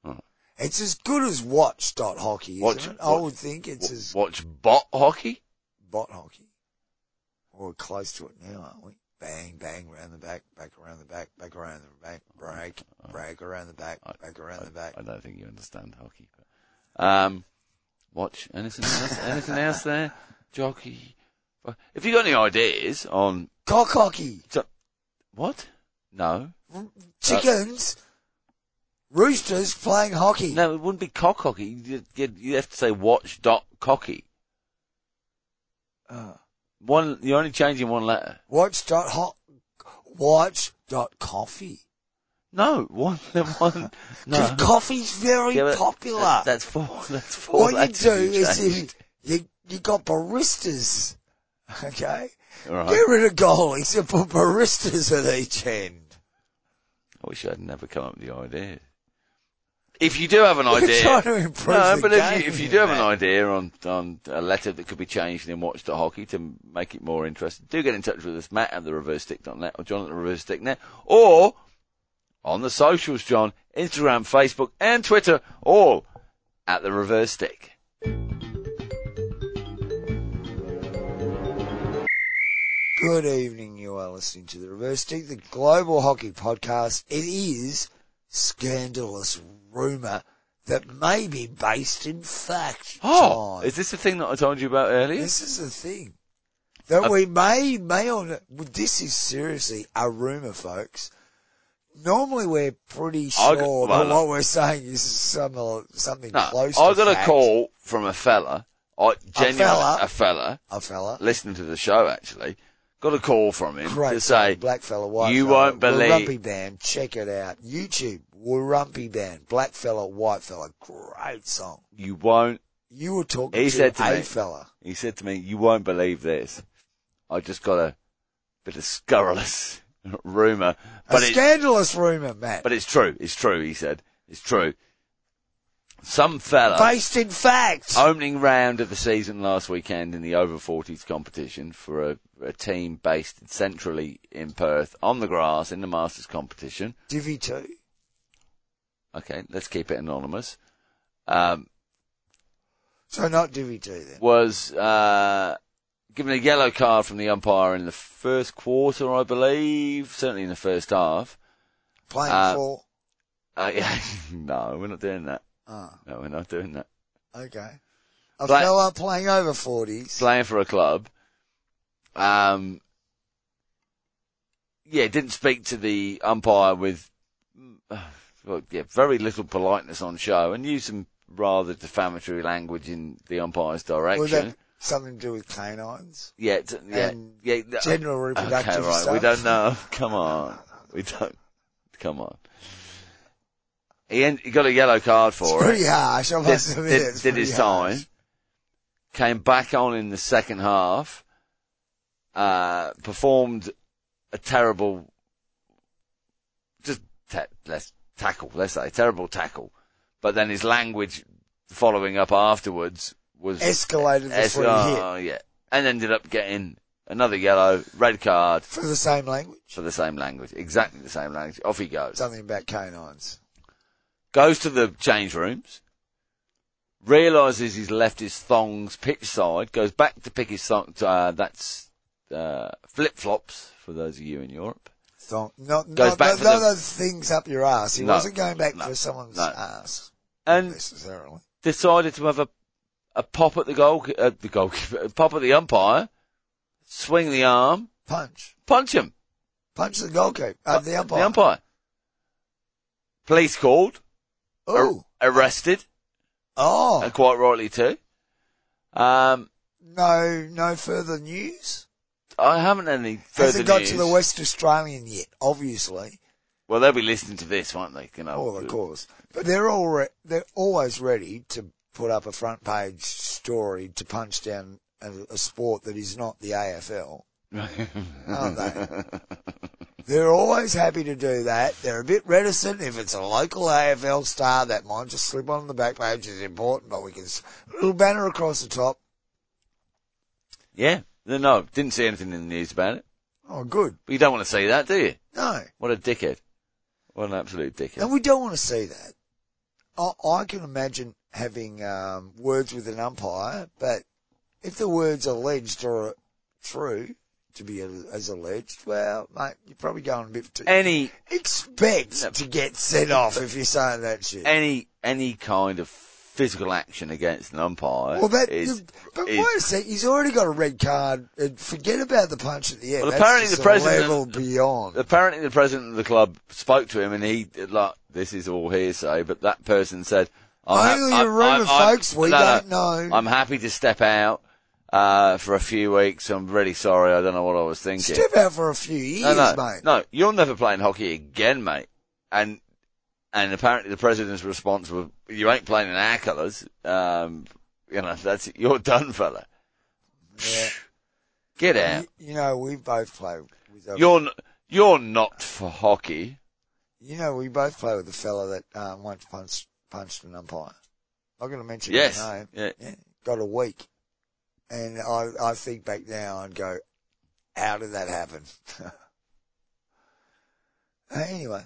[SPEAKER 2] Alright.
[SPEAKER 1] It's as good as watch dot hockey, isn't
[SPEAKER 2] Hmm. Watch-
[SPEAKER 1] it? I
[SPEAKER 2] watch-
[SPEAKER 1] would think it's
[SPEAKER 2] W-
[SPEAKER 1] as
[SPEAKER 2] Watch bot hockey.
[SPEAKER 1] bot hockey. We're close to it now, aren't we? Bang, bang, round the back, back around the back, back around the back, break, break around the back,
[SPEAKER 2] Uh, I-
[SPEAKER 1] back around
[SPEAKER 2] I,
[SPEAKER 1] the back.
[SPEAKER 2] I don't think you understand hockey. But, um, watch anything else? anything else there? Jockey. If you got any ideas on
[SPEAKER 1] Cock hockey,
[SPEAKER 2] what? No, Uh,
[SPEAKER 1] chickens, roosters playing hockey.
[SPEAKER 2] no, it wouldn't be cock hockey. You'd, you'd, you'd have to say watch dot cocky.
[SPEAKER 1] Uh,
[SPEAKER 2] One, you're only changing one letter.
[SPEAKER 1] watch dot hot, watch dot coffee.
[SPEAKER 2] No, one, one.
[SPEAKER 1] Because
[SPEAKER 2] No,
[SPEAKER 1] coffee's very
[SPEAKER 2] Yeah, but
[SPEAKER 1] popular.
[SPEAKER 2] that- that's four. That's four.
[SPEAKER 1] what you
[SPEAKER 2] letters
[SPEAKER 1] do is you,
[SPEAKER 2] changed.
[SPEAKER 1] you, you got baristas, okay?
[SPEAKER 2] All right.
[SPEAKER 1] Get rid of goalies and put baristas at each end.
[SPEAKER 2] I wish I'd never come up with the idea. If you do have an
[SPEAKER 1] We're
[SPEAKER 2] idea,
[SPEAKER 1] trying to improve
[SPEAKER 2] no,
[SPEAKER 1] the
[SPEAKER 2] but
[SPEAKER 1] game
[SPEAKER 2] if you, if you
[SPEAKER 1] here,
[SPEAKER 2] do have an
[SPEAKER 1] Matt.
[SPEAKER 2] idea on on a letter that could be changed in Watch the Hockey to make it more interesting, do get in touch with us, Matt at the ReverseStick.net or John at the ReverseStick.net or on the socials, John, Instagram, Facebook, and Twitter, all at the Reverse Stick.
[SPEAKER 1] Good evening. You are listening to the Reverse Stick, the Global Hockey Podcast. It is scandalous rumor that may be based in fact.
[SPEAKER 2] Oh,
[SPEAKER 1] John.
[SPEAKER 2] is this the thing that I told you about earlier?
[SPEAKER 1] this is the thing that we may may or not- well, this is seriously a rumor, folks. Normally, we're pretty
[SPEAKER 2] I
[SPEAKER 1] sure
[SPEAKER 2] got-
[SPEAKER 1] that
[SPEAKER 2] well,
[SPEAKER 1] what we're saying is some, something
[SPEAKER 2] no,
[SPEAKER 1] close.
[SPEAKER 2] I
[SPEAKER 1] to
[SPEAKER 2] got a
[SPEAKER 1] fact.
[SPEAKER 2] call from a fella, I, genuine,
[SPEAKER 1] fella?
[SPEAKER 2] a fella,
[SPEAKER 1] a fella,
[SPEAKER 2] listening to the show actually, got a call from him
[SPEAKER 1] Great
[SPEAKER 2] to say,
[SPEAKER 1] black fella, white
[SPEAKER 2] you
[SPEAKER 1] fella,
[SPEAKER 2] won't believe-
[SPEAKER 1] Rumpy Band, check it out. YouTube, Rumpy Band, black fella, white fella, great song.
[SPEAKER 2] you won't,
[SPEAKER 1] You were talking
[SPEAKER 2] He
[SPEAKER 1] to
[SPEAKER 2] said to
[SPEAKER 1] a
[SPEAKER 2] me-
[SPEAKER 1] fella.
[SPEAKER 2] he said to me, you won't believe this. I just got a bit of scurrilous rumour,
[SPEAKER 1] A
[SPEAKER 2] but it,
[SPEAKER 1] scandalous rumour, Matt.
[SPEAKER 2] but it's true, it's true, he said, it's true. Some fella
[SPEAKER 1] Based in fact.
[SPEAKER 2] opening round of the season last weekend in the over 40s competition for a, a team based centrally in Perth on the grass in the Masters competition.
[SPEAKER 1] Divi 2.
[SPEAKER 2] Okay, let's keep it anonymous. Um,
[SPEAKER 1] So not Divi 2 then.
[SPEAKER 2] was uh, given a yellow card from the umpire in the first quarter, I believe, certainly in the first half.
[SPEAKER 1] Playing
[SPEAKER 2] uh,
[SPEAKER 1] for.
[SPEAKER 2] Uh, yeah, no, we're not doing that.
[SPEAKER 1] Ah,
[SPEAKER 2] No, we're not doing that.
[SPEAKER 1] okay. A
[SPEAKER 2] Black-
[SPEAKER 1] fella playing over 40s.
[SPEAKER 2] Playing for a club. Um, yeah, didn't speak to the umpire with well, yeah, very little politeness on show and used some rather defamatory language in the umpire's direction.
[SPEAKER 1] Was that something to do with canines?
[SPEAKER 2] Yeah, t- yeah,
[SPEAKER 1] And
[SPEAKER 2] yeah. th-
[SPEAKER 1] General reproductive
[SPEAKER 2] Uh, okay, right.
[SPEAKER 1] stuff?
[SPEAKER 2] We don't know. Come on, we don't. Come on. He, en- he got a yellow card
[SPEAKER 1] It's
[SPEAKER 2] for it.
[SPEAKER 1] pretty harsh, I
[SPEAKER 2] Did,
[SPEAKER 1] must admit.
[SPEAKER 2] did-
[SPEAKER 1] it's
[SPEAKER 2] did his
[SPEAKER 1] pretty harsh.
[SPEAKER 2] time. Came back on in the second half. Uh, performed a terrible, just ta- let's tackle. Let's say terrible tackle. But then his language following up afterwards was
[SPEAKER 1] Escalated
[SPEAKER 2] Yes,
[SPEAKER 1] before he hit.
[SPEAKER 2] oh, yeah. And ended up getting another yellow, red card
[SPEAKER 1] For the same language.
[SPEAKER 2] for the same language, exactly the same language. Off he goes.
[SPEAKER 1] Something about canines.
[SPEAKER 2] Goes to the change rooms, realises he's left his thongs pitch side, goes back to pick his thongs, uh, that's, uh, flip flops for those of you in Europe.
[SPEAKER 1] Thong, not,
[SPEAKER 2] Goes
[SPEAKER 1] not,
[SPEAKER 2] back
[SPEAKER 1] not,
[SPEAKER 2] for
[SPEAKER 1] not
[SPEAKER 2] the-
[SPEAKER 1] those things up your ass. He
[SPEAKER 2] No,
[SPEAKER 1] wasn't going back
[SPEAKER 2] no,
[SPEAKER 1] for someone's
[SPEAKER 2] no.
[SPEAKER 1] ass
[SPEAKER 2] And
[SPEAKER 1] necessarily.
[SPEAKER 2] decided to have a, a pop at the goal, at the goalkeeper, a pop at the umpire, swing the arm,
[SPEAKER 1] Punch,
[SPEAKER 2] punch him.
[SPEAKER 1] punch the goalkeeper, uh, the umpire.
[SPEAKER 2] The umpire. Police called.
[SPEAKER 1] Ooh.
[SPEAKER 2] ar- arrested,
[SPEAKER 1] Oh,
[SPEAKER 2] and quite rightly too. Um,
[SPEAKER 1] no, no further news.
[SPEAKER 2] I haven't any further
[SPEAKER 1] Hasn't got
[SPEAKER 2] news.
[SPEAKER 1] to the West Australian yet, obviously.
[SPEAKER 2] Well, they'll be listening to this, won't they? You know,
[SPEAKER 1] Well, Oh, of course, but they're all re- they're always ready to put up a front page story to punch down a, a sport that is not the AFL.
[SPEAKER 2] Aren't
[SPEAKER 1] they? They're always happy to do that. They're a bit reticent if it's a local AFL star that might just slip on the back page is important, but we can s- little banner across the top.
[SPEAKER 2] Yeah. No, no, didn't see anything in the news about it.
[SPEAKER 1] Oh, good.
[SPEAKER 2] But you don't want to see that, do you?
[SPEAKER 1] No,
[SPEAKER 2] What a dickhead. What an absolute dickhead.
[SPEAKER 1] and we don't want to see that. I, I can imagine having um, words with an umpire, but if the words alleged or true to be a, as alleged, well, mate, you're probably going a bit too.
[SPEAKER 2] Any,
[SPEAKER 1] expect to get set off if you're saying that shit.
[SPEAKER 2] any, any kind of physical action against an umpire
[SPEAKER 1] Well, that,
[SPEAKER 2] is,
[SPEAKER 1] but
[SPEAKER 2] is-
[SPEAKER 1] wait a sec, he's already got a red card. And forget about the punch at the end.
[SPEAKER 2] Well,
[SPEAKER 1] That's
[SPEAKER 2] apparently
[SPEAKER 1] just
[SPEAKER 2] the
[SPEAKER 1] a
[SPEAKER 2] president-
[SPEAKER 1] level beyond.
[SPEAKER 2] apparently the president of the club spoke to him and he, like, this is all hearsay, but that person said, I'm
[SPEAKER 1] Only a
[SPEAKER 2] hap- I'm-
[SPEAKER 1] rumour,
[SPEAKER 2] I'm- I'm-
[SPEAKER 1] folks. We
[SPEAKER 2] no, no.
[SPEAKER 1] don't know.
[SPEAKER 2] I'm happy to step out uh, for a few weeks. I'm really sorry. I don't know what I was thinking.
[SPEAKER 1] Step out for a few years,
[SPEAKER 2] no, no,
[SPEAKER 1] mate.
[SPEAKER 2] no. You're never playing hockey again, mate. And and apparently the president's response was, "You ain't playing in our colours. Um, you know, that's it. you're done, fella.
[SPEAKER 1] Yeah.
[SPEAKER 2] Get out.
[SPEAKER 1] You, you know, we both play with a,
[SPEAKER 2] You're n- you're not for hockey.
[SPEAKER 1] you know, we both play with the fella that um, once punched, punched an umpire. I'm not going to mention
[SPEAKER 2] Yes.
[SPEAKER 1] his name.
[SPEAKER 2] Yeah.
[SPEAKER 1] Yeah, got a week. And I, I think back now and go, how did that happen? anyway.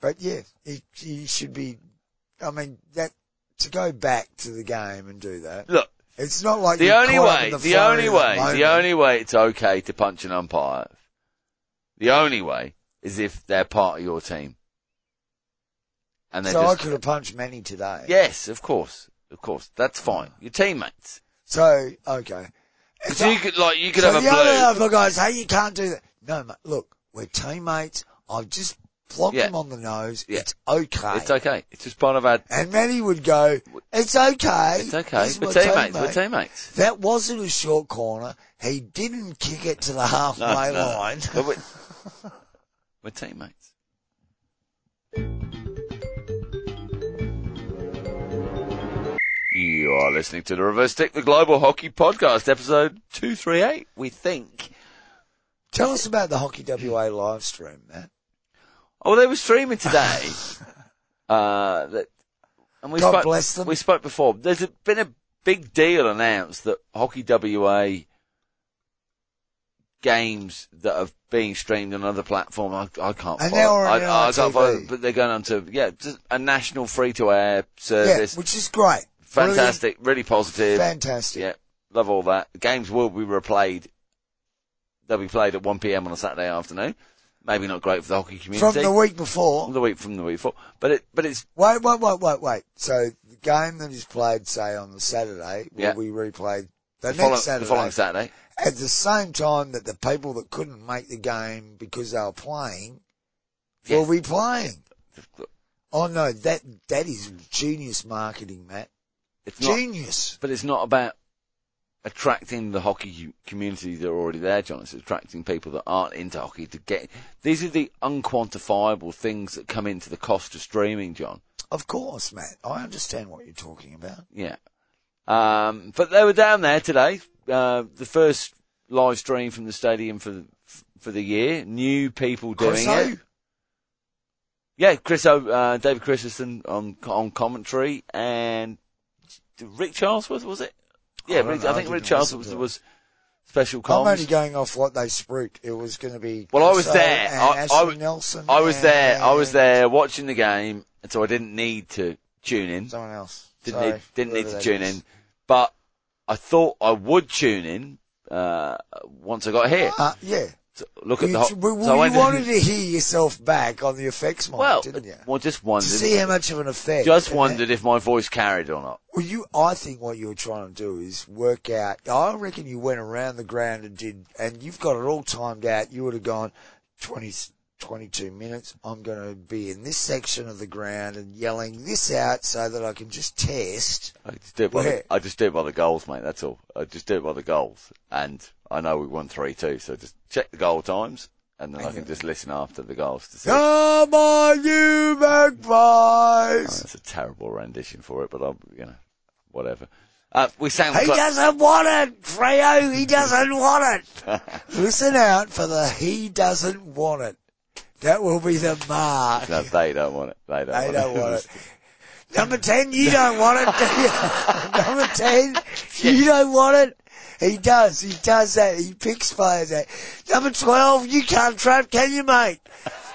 [SPEAKER 1] But yeah, he, he should be, I mean, that, to go back to the game and do that,
[SPEAKER 2] Look,
[SPEAKER 1] it's not like
[SPEAKER 2] the
[SPEAKER 1] you're
[SPEAKER 2] only
[SPEAKER 1] caught up
[SPEAKER 2] way,
[SPEAKER 1] in
[SPEAKER 2] the,
[SPEAKER 1] flurry
[SPEAKER 2] only
[SPEAKER 1] of
[SPEAKER 2] way,
[SPEAKER 1] moment.
[SPEAKER 2] the only way it's okay to punch an umpire. The only way is if they're part of your team. And they're
[SPEAKER 1] So I
[SPEAKER 2] just,
[SPEAKER 1] could have punched Manny today.
[SPEAKER 2] yes, of course, of course, that's fine. Your teammates.
[SPEAKER 1] So, okay.
[SPEAKER 2] 'Cause you could, like, you could
[SPEAKER 1] so
[SPEAKER 2] have a
[SPEAKER 1] the
[SPEAKER 2] blue.
[SPEAKER 1] other other guys, hey, you can't do that. No, mate, look, we're teammates. I've just plonked
[SPEAKER 2] Yeah.
[SPEAKER 1] him on the nose.
[SPEAKER 2] Yeah.
[SPEAKER 1] It's okay.
[SPEAKER 2] It's okay. It's just part of our.
[SPEAKER 1] And Manny would go, it's okay.
[SPEAKER 2] It's okay.
[SPEAKER 1] He's
[SPEAKER 2] We're
[SPEAKER 1] my
[SPEAKER 2] teammates.
[SPEAKER 1] teammate."
[SPEAKER 2] We're teammates.
[SPEAKER 1] That wasn't a short corner. He didn't kick it to the halfway
[SPEAKER 2] No, no, no.
[SPEAKER 1] line.
[SPEAKER 2] But we're, we're teammates. You are listening to the Reverse Stick, the Global Hockey Podcast, episode 238, we think.
[SPEAKER 1] Tell us about the Hockey WA
[SPEAKER 2] Hmm.
[SPEAKER 1] live stream, Matt.
[SPEAKER 2] Oh, they were streaming today. uh, that, and we
[SPEAKER 1] God
[SPEAKER 2] spoke,
[SPEAKER 1] bless them.
[SPEAKER 2] We spoke before. There's a, been a big deal announced that Hockey WA games that are being streamed on other platform. I, I can't.
[SPEAKER 1] And
[SPEAKER 2] follow-
[SPEAKER 1] now are
[SPEAKER 2] I,
[SPEAKER 1] on
[SPEAKER 2] I can't
[SPEAKER 1] TV.
[SPEAKER 2] follow, but they're going on to yeah, just a national free to air service.
[SPEAKER 1] Yeah, which is great.
[SPEAKER 2] fantastic, really
[SPEAKER 1] Brilliant.
[SPEAKER 2] positive.
[SPEAKER 1] Fantastic.
[SPEAKER 2] Yeah, love all that. Games will be replayed. They'll be played at 1 p.m. on a Saturday afternoon. Maybe not great for the hockey
[SPEAKER 1] From
[SPEAKER 2] community
[SPEAKER 1] the week before,
[SPEAKER 2] from the week from the week before. But it, but it's
[SPEAKER 1] Wait, wait, wait, wait, wait. So the game that is played, say, on the Saturday will
[SPEAKER 2] Yeah.
[SPEAKER 1] be replayed the,
[SPEAKER 2] the,
[SPEAKER 1] next
[SPEAKER 2] follow,
[SPEAKER 1] Saturday,
[SPEAKER 2] the following Saturday.
[SPEAKER 1] at the same time that the people that couldn't make the game because they were playing
[SPEAKER 2] Yes.
[SPEAKER 1] will be playing. Oh no, that that is genius marketing, Matt.
[SPEAKER 2] It's not,
[SPEAKER 1] Genius.
[SPEAKER 2] but it's not about attracting the hockey community that are already there, John. It's attracting people that aren't into hockey to get. These are the unquantifiable things that come into the cost of streaming, John.
[SPEAKER 1] Of course, Matt. I understand what you're talking about.
[SPEAKER 2] Yeah. Um, but they were down there today. Uh, the first live stream from the stadium for the, for the year. New people doing
[SPEAKER 1] Chris
[SPEAKER 2] it. Yeah, Chris, O- uh, David Christensen on on commentary and Rick Charlesworth was it? Yeah,
[SPEAKER 1] don't
[SPEAKER 2] Rick,
[SPEAKER 1] know,
[SPEAKER 2] I
[SPEAKER 1] I
[SPEAKER 2] think Rick
[SPEAKER 1] didn't
[SPEAKER 2] Charlesworth
[SPEAKER 1] listen to
[SPEAKER 2] was special
[SPEAKER 1] O. I'm only
[SPEAKER 2] comms.
[SPEAKER 1] going off what they spruiked. It was going to be.
[SPEAKER 2] Well, I was
[SPEAKER 1] Chriso
[SPEAKER 2] there.
[SPEAKER 1] and
[SPEAKER 2] I- I
[SPEAKER 1] Ashley
[SPEAKER 2] was-
[SPEAKER 1] Nelson.
[SPEAKER 2] I was there. I was
[SPEAKER 1] and
[SPEAKER 2] there watching the game, and so I didn't need to tune in.
[SPEAKER 1] Someone else.
[SPEAKER 2] Didn't
[SPEAKER 1] Sorry,
[SPEAKER 2] need, didn't need
[SPEAKER 1] whoever
[SPEAKER 2] to
[SPEAKER 1] that
[SPEAKER 2] tune
[SPEAKER 1] is.
[SPEAKER 2] in, but I thought I would tune in uh, once I got here.
[SPEAKER 1] Uh, yeah.
[SPEAKER 2] So look at
[SPEAKER 1] You,
[SPEAKER 2] the. Ho-
[SPEAKER 1] t- well,
[SPEAKER 2] so I went-
[SPEAKER 1] you wanted to hear yourself back on the effects mic,
[SPEAKER 2] well,
[SPEAKER 1] didn't you?
[SPEAKER 2] well, just
[SPEAKER 1] To
[SPEAKER 2] wondered,
[SPEAKER 1] see how much of an effect.
[SPEAKER 2] just
[SPEAKER 1] and
[SPEAKER 2] wondered if my voice carried or not.
[SPEAKER 1] that- Well, you, I think what you were trying to do is work out. I reckon you went around the ground and did, and you've got it all timed out. You would have gone 20, 22 minutes. I'm going to be in this section of the ground and yelling this out so that I can just test.
[SPEAKER 2] I just do it by
[SPEAKER 1] Where?
[SPEAKER 2] the, I just do it by the goals, mate. That's all. I just do it by the goals, and I know we won three two. So just check the goal times, and then I can just listen after the goals to see.
[SPEAKER 1] Come on, you
[SPEAKER 2] Oh,
[SPEAKER 1] magpies!
[SPEAKER 2] that's a terrible rendition for it, but I'm you know whatever. Uh, we sound
[SPEAKER 1] He
[SPEAKER 2] clo-
[SPEAKER 1] doesn't want it, Freo. He doesn't want it. Listen out for the he doesn't want it. That will be the mark.
[SPEAKER 2] No, they don't want it. They don't
[SPEAKER 1] They
[SPEAKER 2] want
[SPEAKER 1] don't
[SPEAKER 2] it.
[SPEAKER 1] want it. Number 10, you don't want it. do you? Number 10, you don't want it. He does. He does that. He picks players out. Number 12, you can't trap, can you, mate?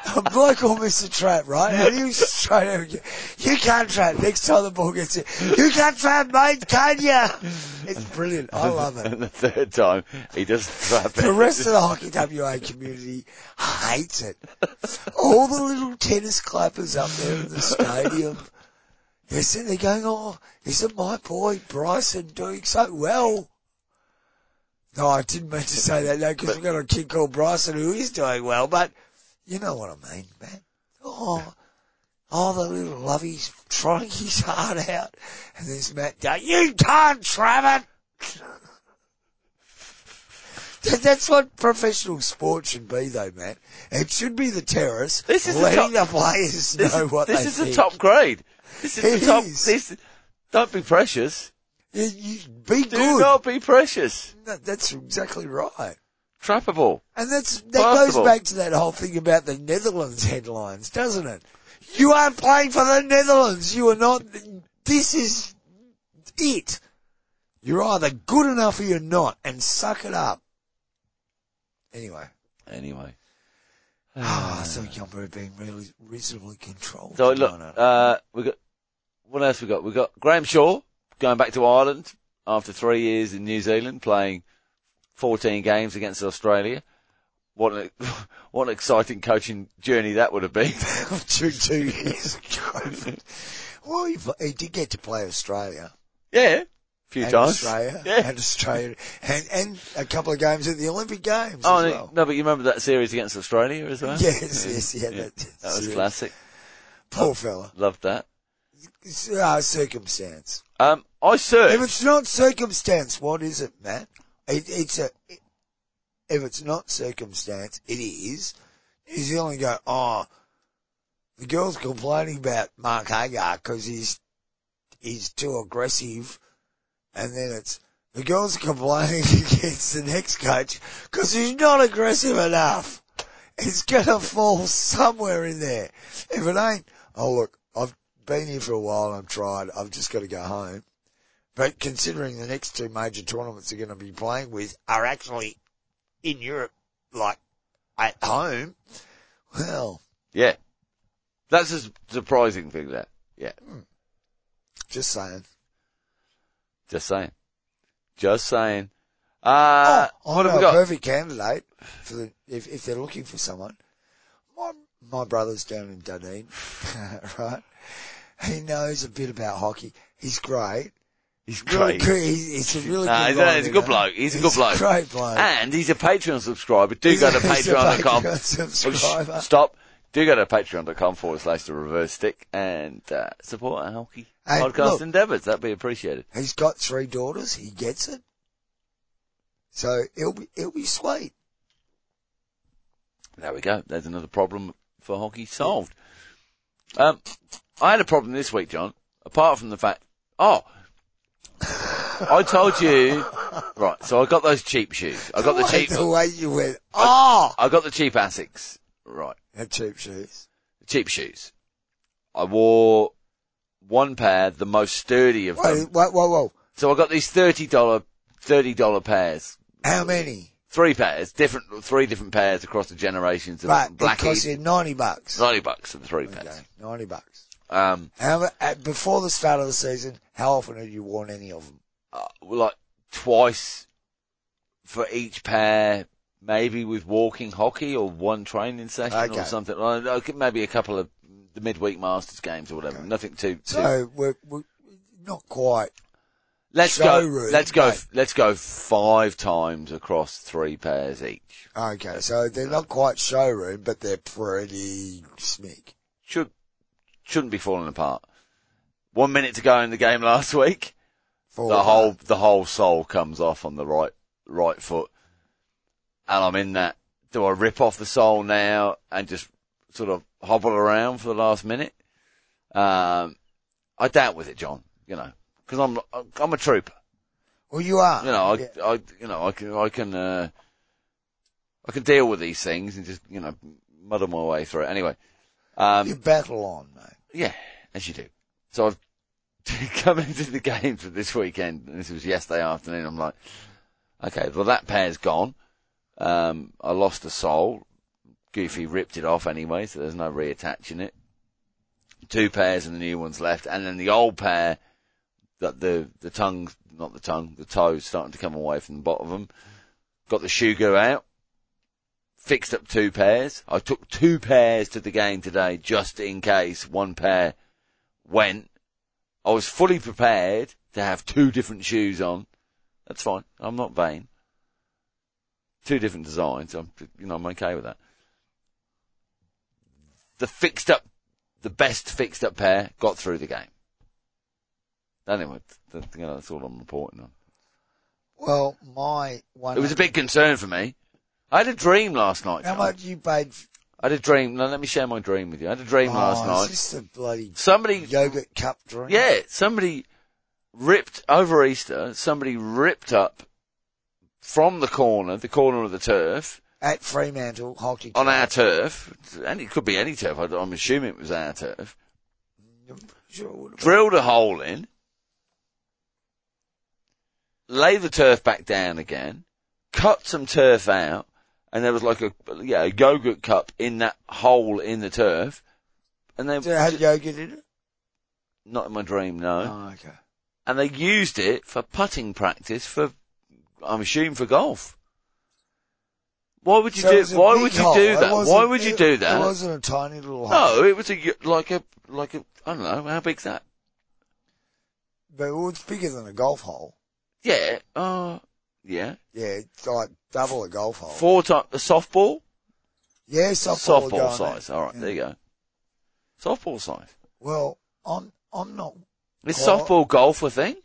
[SPEAKER 1] I'm like all Mr. Trap, right? How do you straight over you? You can't trap. Next time the ball gets it. You can't trap, mate, can you? It's brilliant. I love it.
[SPEAKER 2] and the third time, he doesn't trap
[SPEAKER 1] The
[SPEAKER 2] it.
[SPEAKER 1] rest of the Hockey WA community hates it. All the little tennis clappers up there in the stadium, they're sitting there going, oh, isn't my boy Bryson doing so well? No, I didn't mean to say that, no, because we've got a kid called Bryson who is doing well, but you know what I mean, man. Oh, oh, the little lovey's trying his heart out. And there's Matt Day, you can't, Trevor! That- That's what professional sport should be, though, Matt. It should be the terrace
[SPEAKER 2] This is the
[SPEAKER 1] letting the,
[SPEAKER 2] top-
[SPEAKER 1] players
[SPEAKER 2] This,
[SPEAKER 1] know
[SPEAKER 2] is-
[SPEAKER 1] what
[SPEAKER 2] this
[SPEAKER 1] they
[SPEAKER 2] is
[SPEAKER 1] think.
[SPEAKER 2] the top grade. This is
[SPEAKER 1] It
[SPEAKER 2] the top.
[SPEAKER 1] is.
[SPEAKER 2] This, don't be precious.
[SPEAKER 1] You, you be
[SPEAKER 2] Do
[SPEAKER 1] good.
[SPEAKER 2] not be precious.
[SPEAKER 1] That- That's exactly right.
[SPEAKER 2] Trappable.
[SPEAKER 1] And that's that goes
[SPEAKER 2] Basketball.
[SPEAKER 1] back to that whole thing about the Netherlands headlines, doesn't it? You aren't playing for the Netherlands. You are not. This is it. You're either good enough or you're not, and suck it up. Anyway,
[SPEAKER 2] Anyway.
[SPEAKER 1] ah, I thought Yumbo had been really reasonably controlled. No,
[SPEAKER 2] So look,
[SPEAKER 1] no.
[SPEAKER 2] uh, we got what else we got? We got Graham Shaw going back to Ireland after three years in New Zealand, playing 14 games against Australia. What an what an exciting coaching journey that would have been.
[SPEAKER 1] two two years ago. well, he, he did get to play Australia.
[SPEAKER 2] yeah, a few
[SPEAKER 1] and
[SPEAKER 2] times.
[SPEAKER 1] Australia,
[SPEAKER 2] Yeah.
[SPEAKER 1] and Australia, and and a couple of games at the Olympic Games
[SPEAKER 2] Oh
[SPEAKER 1] as
[SPEAKER 2] no,
[SPEAKER 1] well.
[SPEAKER 2] no, but you remember that series against Australia as well?
[SPEAKER 1] Yes, yes, yeah, that,
[SPEAKER 2] That was classic.
[SPEAKER 1] Poor fella.
[SPEAKER 2] Loved that.
[SPEAKER 1] It's, uh, circumstance.
[SPEAKER 2] Um, I
[SPEAKER 1] If
[SPEAKER 2] searched.
[SPEAKER 1] it's not circumstance, what is it, Matt? It, it's a. if it's not circumstance, it is. New Zealand go, oh, the girl's complaining about Mark Hagar because he's he's too aggressive, and then it's the girl's complaining against the next coach because he's not aggressive enough. It's gonna fall somewhere in there. If it ain't, oh look, I've been here for a while. I'm tried. I've just got to go home. But considering the next two major tournaments they're going to be playing with are actually in Europe, like at home, well,
[SPEAKER 2] Yeah, that's a su- surprising thing. That yeah,
[SPEAKER 1] just saying.
[SPEAKER 2] just saying, just saying. Uh,
[SPEAKER 1] oh, I
[SPEAKER 2] what have
[SPEAKER 1] know
[SPEAKER 2] we
[SPEAKER 1] a
[SPEAKER 2] got?
[SPEAKER 1] perfect candidate for the, if, if they're looking for someone. My, my brother's down in Dunedin, right? He knows a bit about hockey. He's great.
[SPEAKER 2] He's
[SPEAKER 1] Really
[SPEAKER 2] great.
[SPEAKER 1] good. He's, he's a really
[SPEAKER 2] Nah,
[SPEAKER 1] good
[SPEAKER 2] he's a-
[SPEAKER 1] guy,
[SPEAKER 2] he's a
[SPEAKER 1] you
[SPEAKER 2] good
[SPEAKER 1] know.
[SPEAKER 2] bloke. He's a good bloke.
[SPEAKER 1] great bloke.
[SPEAKER 2] And he's a Patreon subscriber. Do
[SPEAKER 1] He's
[SPEAKER 2] go
[SPEAKER 1] a-
[SPEAKER 2] to
[SPEAKER 1] he's a
[SPEAKER 2] patreon.com.
[SPEAKER 1] Patreon
[SPEAKER 2] Oh, sh-
[SPEAKER 1] subscriber.
[SPEAKER 2] Stop. Do go to patreon.com forward slash the reverse stick and uh, support our hockey
[SPEAKER 1] And
[SPEAKER 2] podcast
[SPEAKER 1] look-
[SPEAKER 2] endeavours. That'd be appreciated.
[SPEAKER 1] He's got three daughters. He gets it. So it'll be, it'll be sweet.
[SPEAKER 2] There we go. There's another problem for hockey solved. Um, I had a problem this week, John. Apart from the fact, oh, I told you. Right, so I got those cheap shoes. I got the
[SPEAKER 1] way,
[SPEAKER 2] cheap.
[SPEAKER 1] The way you went, oh!
[SPEAKER 2] I got the cheap Asics. Right.
[SPEAKER 1] And cheap shoes.
[SPEAKER 2] cheap shoes. I wore one pair, the most sturdy of
[SPEAKER 1] Wait,
[SPEAKER 2] them.
[SPEAKER 1] whoa, whoa, whoa.
[SPEAKER 2] So I got these thirty dollar, thirty dollar pairs,
[SPEAKER 1] How many?
[SPEAKER 2] three pairs, different, three different pairs across the generations of
[SPEAKER 1] Right, it cost
[SPEAKER 2] blackies.
[SPEAKER 1] you 90 bucks.
[SPEAKER 2] Ninety bucks for the three
[SPEAKER 1] Okay,
[SPEAKER 2] pairs.
[SPEAKER 1] 90 bucks.
[SPEAKER 2] Um,
[SPEAKER 1] How, mu- at, before the start of the season, how often had you worn any of them?
[SPEAKER 2] uh, like twice for each pair, maybe with walking hockey or one training session
[SPEAKER 1] Okay.
[SPEAKER 2] or something. Like, like, maybe a couple of the midweek Masters games or whatever. Nothing too. too.
[SPEAKER 1] So we're, we're not quite.
[SPEAKER 2] Let's go.
[SPEAKER 1] showroom,
[SPEAKER 2] Let's go.
[SPEAKER 1] mate.
[SPEAKER 2] Let's go five times across three pairs each.
[SPEAKER 1] Okay, so they're not quite showroom, but they're pretty smick.
[SPEAKER 2] should shouldn't be falling apart. One minute to go in the game last week,
[SPEAKER 1] For
[SPEAKER 2] the whole the whole sole comes off on the right right foot, and I'm in that. Do I rip off the sole now and just sort of hobble around for the last minute? Um, I doubt with it, John. You know, because I'm I'm a trooper.
[SPEAKER 1] Well, you are.
[SPEAKER 2] You know, I,
[SPEAKER 1] Yeah.
[SPEAKER 2] I, you know, I can, I can, uh, I can deal with these things and just, you know, muddle my way through it. Anyway, um,
[SPEAKER 1] you battle on, mate.
[SPEAKER 2] yeah, as you do. So I've come into the game for this weekend, and this was yesterday afternoon. I'm like, okay, well that pair's gone. Um, I lost a soul. Goofy ripped it off anyway, so there's no reattaching it. Two pairs and the new ones left, and then the old pair that the the tongue, not the tongue, the toes starting to come away from the bottom of them. Got the shoe go out. Fixed up two pairs. I took two pairs to the game today just in case one pair went. I was fully prepared to have two different shoes on. That's fine. I'm not vain. Two different designs. I'm, you know, I'm okay with that. The fixed up, the best fixed up pair got through the game. Anyway, th- th- you know, that's all I'm reporting on.
[SPEAKER 1] Well, my one.
[SPEAKER 2] It was a big concern for me. I had a dream last night.
[SPEAKER 1] How
[SPEAKER 2] John.
[SPEAKER 1] much you paid? for-
[SPEAKER 2] I had a dream. No, let me share my dream with you. I had a dream last
[SPEAKER 1] oh,
[SPEAKER 2] night.
[SPEAKER 1] It's just a bloody
[SPEAKER 2] Somebody,
[SPEAKER 1] yogurt cup drink.
[SPEAKER 2] yeah, somebody ripped over Easter. Somebody ripped up from the corner, the corner of the turf
[SPEAKER 1] At Fremantle Hockey
[SPEAKER 2] on
[SPEAKER 1] Club.
[SPEAKER 2] our turf, and it could be any turf. I, I'm assuming it was our turf.
[SPEAKER 1] Sure would've-
[SPEAKER 2] drilled a hole in, lay the turf back down again, cut some turf out, and there was like a yeah a yogurt cup in that hole in the turf, and they
[SPEAKER 1] Did it have yogurt in it?
[SPEAKER 2] not in my dream no,
[SPEAKER 1] Oh, okay.
[SPEAKER 2] and they used it for putting practice for I'm assuming for golf. Why would you
[SPEAKER 1] So it was
[SPEAKER 2] do?
[SPEAKER 1] a
[SPEAKER 2] Why
[SPEAKER 1] big
[SPEAKER 2] would you
[SPEAKER 1] hole.
[SPEAKER 2] do
[SPEAKER 1] It
[SPEAKER 2] that? Why
[SPEAKER 1] wasn't-
[SPEAKER 2] would you
[SPEAKER 1] it-
[SPEAKER 2] do that?
[SPEAKER 1] It wasn't a tiny little hole.
[SPEAKER 2] no, it was a y- like a like a I don't know how big's that?
[SPEAKER 1] But it was bigger than a golf hole.
[SPEAKER 2] Yeah, uh, yeah.
[SPEAKER 1] Yeah, it's like double a golf hole.
[SPEAKER 2] Four times the softball,
[SPEAKER 1] yeah,
[SPEAKER 2] softball,
[SPEAKER 1] Oh. softball, going
[SPEAKER 2] size.
[SPEAKER 1] in.
[SPEAKER 2] All right,
[SPEAKER 1] Yeah.
[SPEAKER 2] there you go. Softball size.
[SPEAKER 1] Well, I'm I'm not
[SPEAKER 2] Is
[SPEAKER 1] Well-
[SPEAKER 2] softball golf a thing?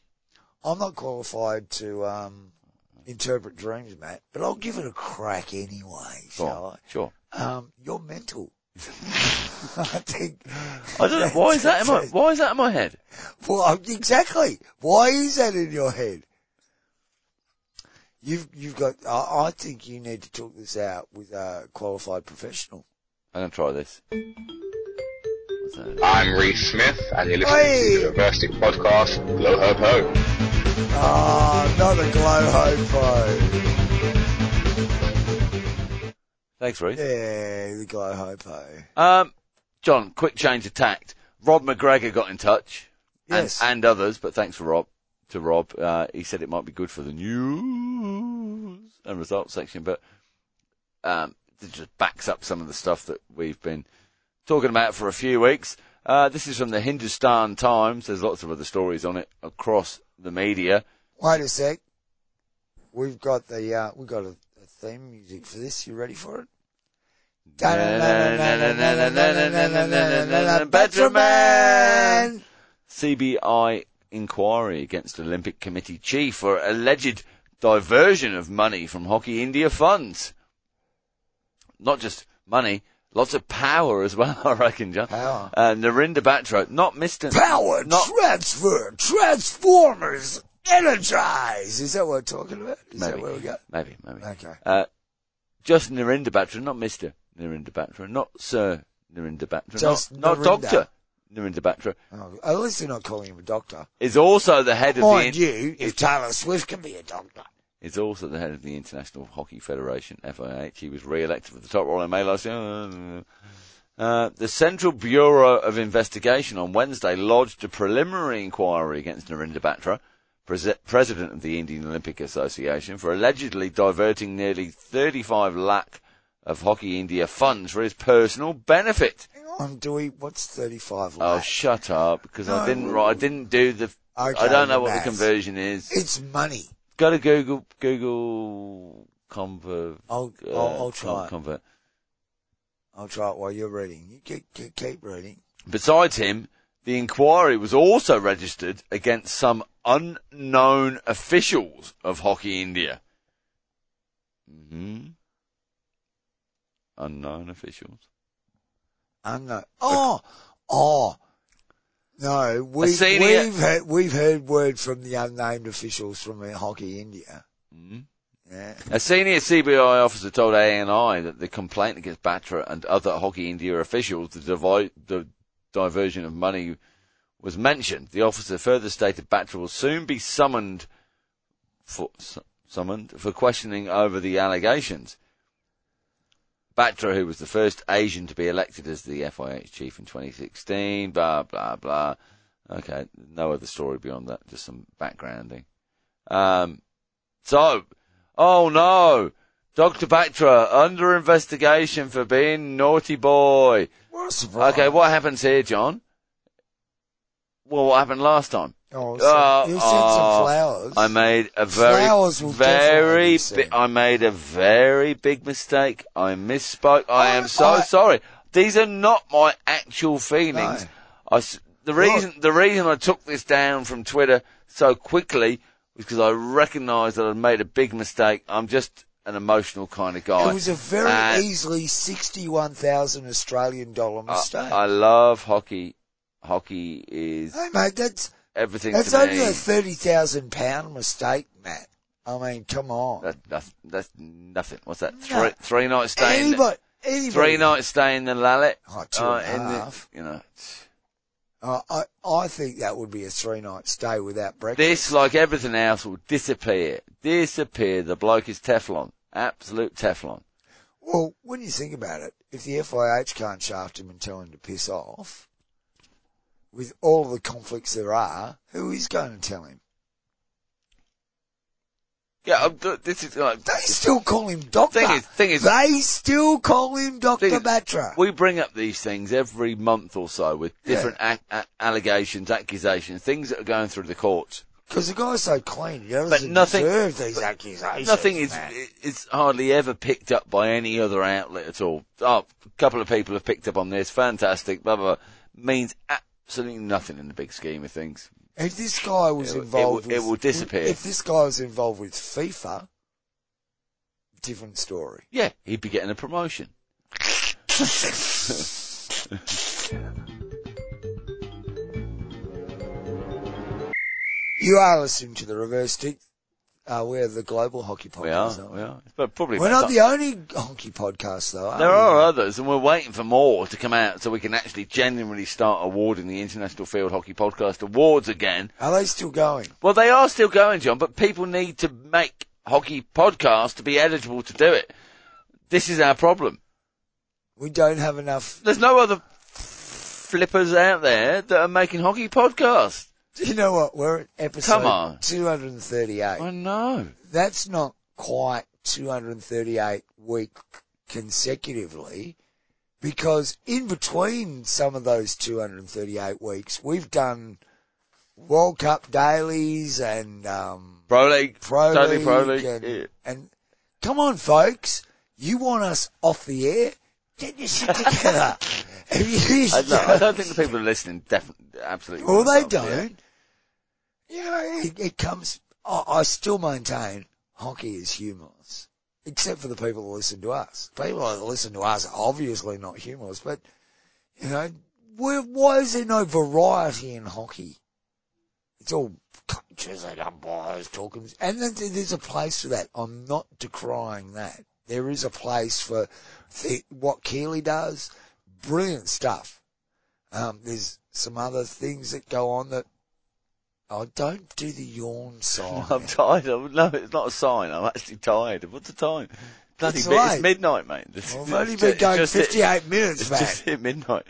[SPEAKER 1] I'm not qualified to um, interpret dreams, Matt, but I'll give it a crack anyway,
[SPEAKER 2] Go on,
[SPEAKER 1] shall
[SPEAKER 2] Sure.
[SPEAKER 1] I? Um, you're mental. I think.
[SPEAKER 2] I don't know. Why is that in my Why is that in my head?
[SPEAKER 1] Well, um, exactly. Why is that in your head? You've you've got. I, I think you need to talk this out with a qualified professional.
[SPEAKER 2] I'm gonna try this. What's that?
[SPEAKER 3] I'm Reese Smith, and you're listening
[SPEAKER 1] Hey.
[SPEAKER 3] to the Reverstic Podcast, Blow Herb Ho.
[SPEAKER 1] Ah, not a glow hopo.
[SPEAKER 2] Thanks, Reese.
[SPEAKER 1] Yeah, the glow hopo.
[SPEAKER 2] Um, John, quick change of tact. Rob McGregor got in touch,
[SPEAKER 1] Yes.
[SPEAKER 2] and, and others, but thanks for Rob. To Rob, uh, he said it might be good for the news and results section, but um, it just backs up some of the stuff that we've been talking about for a few weeks. Uh, this is from the Hindustan Times. There's lots of other stories on it across the media.
[SPEAKER 1] Wait a sec. We've got the uh, we've got a, a theme music for this. You ready for it?
[SPEAKER 2] Batman!
[SPEAKER 1] Batraman.
[SPEAKER 2] CBI inquiry against Olympic Committee chief for alleged diversion of money from Hockey India funds. Not just money, lots of power as well, I reckon, John.
[SPEAKER 1] Power.
[SPEAKER 2] Uh, Narinda Batra, not Mr.
[SPEAKER 1] Power
[SPEAKER 2] Not-
[SPEAKER 1] transfer transformers energize. Is that what we're talking about? Is that
[SPEAKER 2] Maybe.
[SPEAKER 1] where we go?
[SPEAKER 2] Maybe, maybe.
[SPEAKER 1] Okay.
[SPEAKER 2] Uh, just Narinda Batra, not Mr. Narinda Batra, not Sir Narinda Batra,
[SPEAKER 1] Just
[SPEAKER 2] not,
[SPEAKER 1] Narinda.
[SPEAKER 2] not Dr. Narinda Batra,
[SPEAKER 1] Oh, at least they're not calling him a doctor.
[SPEAKER 2] is also the head of the...
[SPEAKER 1] Mind you, if Taylor Swift can be a doctor.
[SPEAKER 2] is also the head of the International Hockey Federation, FIH. He was re-elected for the top role in May last year. Uh, the Central Bureau of Investigation on Wednesday lodged a preliminary inquiry against Narinder Batra, pres- president of the Indian Olympic Association, for allegedly diverting nearly 35 lakh of Hockey India funds for his personal benefit.
[SPEAKER 1] Hang on, do we? What's thirty-five?
[SPEAKER 2] Oh,
[SPEAKER 1] Like?
[SPEAKER 2] shut up! Because I
[SPEAKER 1] No.
[SPEAKER 2] didn't. write- I didn't do the. I
[SPEAKER 1] Okay,
[SPEAKER 2] don't know what the
[SPEAKER 1] maths.
[SPEAKER 2] conversion is.
[SPEAKER 1] It's money.
[SPEAKER 2] Go to Google. Google convert.
[SPEAKER 1] I'll
[SPEAKER 2] uh,
[SPEAKER 1] I'll, I'll
[SPEAKER 2] can't
[SPEAKER 1] try. it.
[SPEAKER 2] convert.
[SPEAKER 1] I'll try it while you're reading. You keep, keep, keep reading.
[SPEAKER 2] Besides him, the inquiry was also registered against some unknown officials of Hockey India. hmm Unknown officials.
[SPEAKER 1] I'm not. Oh, oh, No, we,
[SPEAKER 2] senior-
[SPEAKER 1] we've heard, we've heard word from the unnamed officials from Hockey India.
[SPEAKER 2] Mhm.
[SPEAKER 1] Yeah.
[SPEAKER 2] A senior CBI officer told ANI that the complaint against Batra and other Hockey India officials, the, divi- the diversion of money was mentioned. The officer further stated Batra will soon be summoned for su- summoned for questioning over the allegations. Batra, who was the first Asian to be elected as the FIH chief in 2016, blah blah blah. Okay, no other story beyond that, just some backgrounding. Um, so, oh no, Dr. Batra under investigation for being naughty boy.
[SPEAKER 1] What a surprise.
[SPEAKER 2] Okay, what happens here, John? Well, what happened last time?
[SPEAKER 1] Oh,
[SPEAKER 2] Oh,
[SPEAKER 1] so you sent some
[SPEAKER 2] oh,
[SPEAKER 1] flowers.
[SPEAKER 2] I made a very,
[SPEAKER 1] Flowers will definitely
[SPEAKER 2] very,
[SPEAKER 1] be
[SPEAKER 2] bi-
[SPEAKER 1] sent.
[SPEAKER 2] I made a very big mistake. I misspoke. I
[SPEAKER 1] I-
[SPEAKER 2] am so
[SPEAKER 1] I-
[SPEAKER 2] sorry. These are not my actual feelings.
[SPEAKER 1] No.
[SPEAKER 2] I s the reason, the reason I took this down from Twitter so quickly was because I recognised that I'd made a big mistake. I'm just an emotional kind of guy.
[SPEAKER 1] It was a very
[SPEAKER 2] And-
[SPEAKER 1] easily 61,000 Australian dollar
[SPEAKER 2] I,
[SPEAKER 1] mistake.
[SPEAKER 2] I love hockey. Hockey is
[SPEAKER 1] hey mate, that's,
[SPEAKER 2] everything
[SPEAKER 1] that's
[SPEAKER 2] to me.
[SPEAKER 1] only a 30,000 pound mistake, Matt. I mean, come on.
[SPEAKER 2] That, that's, that's nothing. What's that? Three,
[SPEAKER 1] No.
[SPEAKER 2] three nights stay in,
[SPEAKER 1] anybody, anybody.
[SPEAKER 2] three nights stay in the Lallet.
[SPEAKER 1] Oh, two
[SPEAKER 2] uh,
[SPEAKER 1] and a
[SPEAKER 2] in the-
[SPEAKER 1] half.
[SPEAKER 2] you know,
[SPEAKER 1] Uh, I, I think that would be a three night stay without breakfast.
[SPEAKER 2] this, like everything else, will disappear. Disappear. The bloke is Teflon. Absolute Teflon.
[SPEAKER 1] Well, when you think about it, if the FIH can't shaft him and tell him to piss off, with all the conflicts there are, who is going to tell him?
[SPEAKER 2] Yeah, I'm, do- this is like,
[SPEAKER 1] They still call him Doctor.
[SPEAKER 2] Thing is- thing is-
[SPEAKER 1] they still call him Doctor
[SPEAKER 2] Thing is-
[SPEAKER 1] Batra.
[SPEAKER 2] we bring up these things every month or so with different a- a- allegations, accusations, things that are going through the courts.
[SPEAKER 1] Because the guy's so clean, he doesn't
[SPEAKER 2] nothing-
[SPEAKER 1] deserve these accusations.
[SPEAKER 2] Nothing is
[SPEAKER 1] man.
[SPEAKER 2] is hardly ever picked up by any other outlet at all. Oh, a couple of people have picked up on this. Fantastic. Blah blah. blah. Means absolutely nothing in the big scheme of things.
[SPEAKER 1] If this guy was
[SPEAKER 2] It will- it
[SPEAKER 1] involved,
[SPEAKER 2] will- it
[SPEAKER 1] with-
[SPEAKER 2] will disappear.
[SPEAKER 1] If this guy was involved with FIFA, different story.
[SPEAKER 2] Yeah, he'd be getting a promotion.
[SPEAKER 1] You are listening to the Reverse Stick. Uh, we're the global hockey podcast.
[SPEAKER 2] We are.
[SPEAKER 1] aren't
[SPEAKER 2] We are. But probably
[SPEAKER 1] Oh, We're not the only hockey podcast, though. Are
[SPEAKER 2] There
[SPEAKER 1] we?
[SPEAKER 2] are others, and we're waiting for more to come out so we can actually genuinely start awarding the International Field Hockey Podcast Awards again.
[SPEAKER 1] Are they still going?
[SPEAKER 2] Well, they are still going, John, but people need to make hockey podcasts to be eligible to do it. This is our problem.
[SPEAKER 1] We don't have enough.
[SPEAKER 2] There's no other flippers out there that are making hockey podcasts.
[SPEAKER 1] Do you know what? We're at episode
[SPEAKER 2] Come on.
[SPEAKER 1] 238.
[SPEAKER 2] I know.
[SPEAKER 1] That's not quite 238 week consecutively because in between some of those 238 weeks, we've done World Cup dailies and, um,
[SPEAKER 2] Pro League.
[SPEAKER 1] Pro
[SPEAKER 2] Totally
[SPEAKER 1] League,
[SPEAKER 2] Pro League.
[SPEAKER 1] And,
[SPEAKER 2] yeah.
[SPEAKER 1] and come on, folks, you want us off the air? Get your shit together. If you-
[SPEAKER 2] I, don't, I don't think the people who are listening definitely, absolutely.
[SPEAKER 1] well, they
[SPEAKER 2] don't, yeah.
[SPEAKER 1] don't. You know, it, it comes. I, I still maintain hockey is humorless, except for the people that listen to us. People that listen to us are obviously not humorless, but you know, where, why is there no variety in hockey? It's all coaches and umpires talking, and then there- there's a place for that. I'm not decrying that. There is a place for the, what Keeley does. Brilliant stuff. Um, there's some other things that go on that I don't do the yawn sign.
[SPEAKER 2] I'm tired. I'm, no, it's not a sign. I'm actually tired. What's the time? Bloody
[SPEAKER 1] It's
[SPEAKER 2] bit,
[SPEAKER 1] late.
[SPEAKER 2] it's midnight, mate. This-
[SPEAKER 1] Well, I've
[SPEAKER 2] it's
[SPEAKER 1] only
[SPEAKER 2] ju-
[SPEAKER 1] been
[SPEAKER 2] it's
[SPEAKER 1] going
[SPEAKER 2] just hit-
[SPEAKER 1] 58 minutes,
[SPEAKER 2] It's
[SPEAKER 1] man.
[SPEAKER 2] just hit midnight.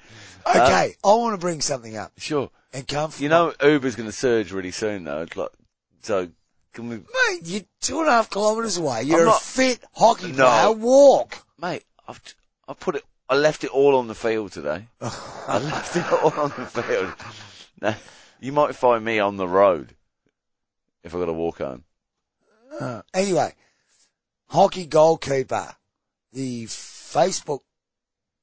[SPEAKER 1] okay, I want to bring something up.
[SPEAKER 2] Sure.
[SPEAKER 1] And come
[SPEAKER 2] You know, Uber's going to surge really soon, though. It's like, so, can we,
[SPEAKER 1] Mate, you're two and a half kilometres away. You're
[SPEAKER 2] I'm
[SPEAKER 1] a
[SPEAKER 2] not-
[SPEAKER 1] fit hockey
[SPEAKER 2] No.
[SPEAKER 1] player. Walk.
[SPEAKER 2] mate, I've, t- I put it, I left it all on the field today. I left it all on the field. Now, you might find me on the road if I've got to walk home.
[SPEAKER 1] Uh, Anyway, hockey goalkeeper, the Facebook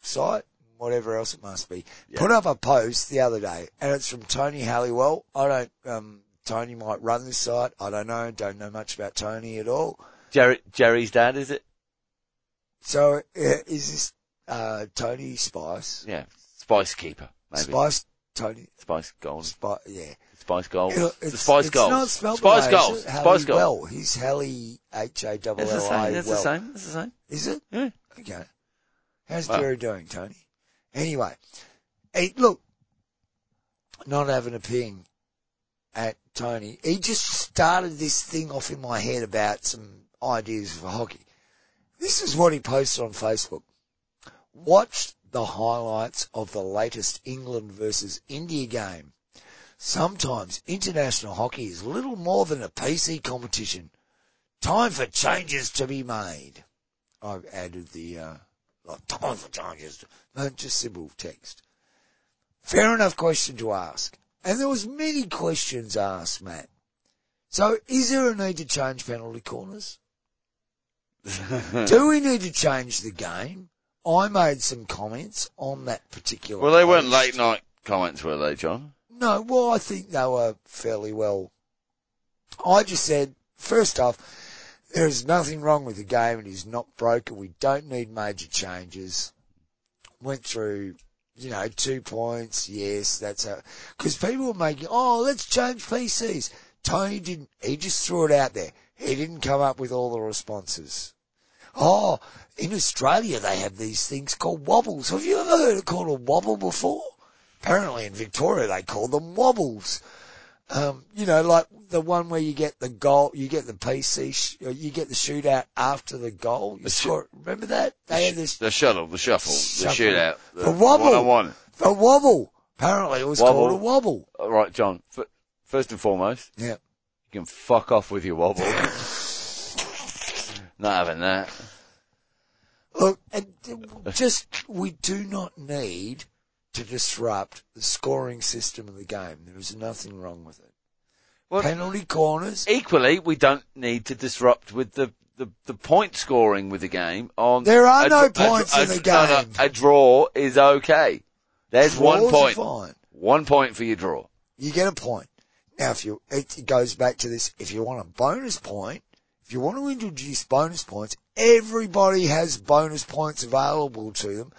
[SPEAKER 1] site, whatever else it must be,
[SPEAKER 2] Yeah.
[SPEAKER 1] put up a post the other day, and it's from Tony Halliwell. I don't. Um, Tony might run this site. I don't know. Don't know much about Tony at all.
[SPEAKER 2] Jerry, Jerry's dad, is it?
[SPEAKER 1] So uh, is this uh, Tony Spice?
[SPEAKER 2] Yeah. Spice keeper, maybe.
[SPEAKER 1] Spice Tony.
[SPEAKER 2] Spice Gold.
[SPEAKER 1] Spi- yeah.
[SPEAKER 2] Spice Gold.
[SPEAKER 1] It-
[SPEAKER 2] It's, Oh, Spice
[SPEAKER 1] it's
[SPEAKER 2] Gold.
[SPEAKER 1] not spelled
[SPEAKER 2] Spice
[SPEAKER 1] the way,
[SPEAKER 2] Gold.
[SPEAKER 1] is it? Hallie
[SPEAKER 2] Spice Gold.
[SPEAKER 1] Well, he's Hallie H A double
[SPEAKER 2] It's the
[SPEAKER 1] L
[SPEAKER 2] same.
[SPEAKER 1] I.
[SPEAKER 2] It's the
[SPEAKER 1] Well,
[SPEAKER 2] same. It's the same.
[SPEAKER 1] is it?
[SPEAKER 2] Yeah.
[SPEAKER 1] Okay. How's
[SPEAKER 2] Well-
[SPEAKER 1] Jerry doing, Tony? Anyway, hey, look, not having a ping at Tony. He just started this thing off in my head about some ideas for hockey. This is what he posted on Facebook. Watched the highlights of the latest England versus India game. Sometimes international hockey is little more than a PC competition. Time for changes to be made. I've added the uh, like, time for changes, not just simple text. Fair enough question to ask, and there was many questions asked, Matt. So, is there a need to change penalty corners? Do we need to change the game? I made some comments on that particular.
[SPEAKER 2] well, they weren't
[SPEAKER 1] post.
[SPEAKER 2] late night comments, were they, John?
[SPEAKER 1] No, well, I think they were fairly well. I just said, first off, there is nothing wrong with the game. It is not broken. We don't need major changes. Went through, you know, two points. Yes, that's a, cause people were making, oh, let's change PCs. Tony didn't, he just threw it out there. He didn't come up with all the responses. Oh, in Australia they have these things called wobbles. Have you ever heard it called a wobble before? apparently in Victoria they call them wobbles. Um, you know, like the one where you get the goal, you get the PC, sh- or you get the shootout after the goal. You
[SPEAKER 2] The sh-
[SPEAKER 1] score, remember that? They had this,
[SPEAKER 2] The shuttle, the shuffle, the
[SPEAKER 1] Shuffle.
[SPEAKER 2] shootout,
[SPEAKER 1] The wobble.
[SPEAKER 2] One-on-one.
[SPEAKER 1] the wobble. Apparently it was
[SPEAKER 2] Wobble.
[SPEAKER 1] called a wobble.
[SPEAKER 2] All right, John. F- first and foremost,
[SPEAKER 1] Yeah.
[SPEAKER 2] you can fuck off with your wobble. Not having that.
[SPEAKER 1] Look, and just, we do not need to disrupt the scoring system of the game. There is nothing wrong with it.
[SPEAKER 2] Well-
[SPEAKER 1] Penalty corners.
[SPEAKER 2] Equally, we don't need to disrupt with the, the, the point scoring with the game. On
[SPEAKER 1] There are no
[SPEAKER 2] dr-
[SPEAKER 1] points in the
[SPEAKER 2] no, no,
[SPEAKER 1] game.
[SPEAKER 2] a draw is okay. There's one
[SPEAKER 1] Draws are
[SPEAKER 2] point.
[SPEAKER 1] fine.
[SPEAKER 2] One point for your draw.
[SPEAKER 1] you get a point. Now, if you, it goes back to this, if you want a bonus point, if you want to introduce bonus points, everybody has bonus points available to them,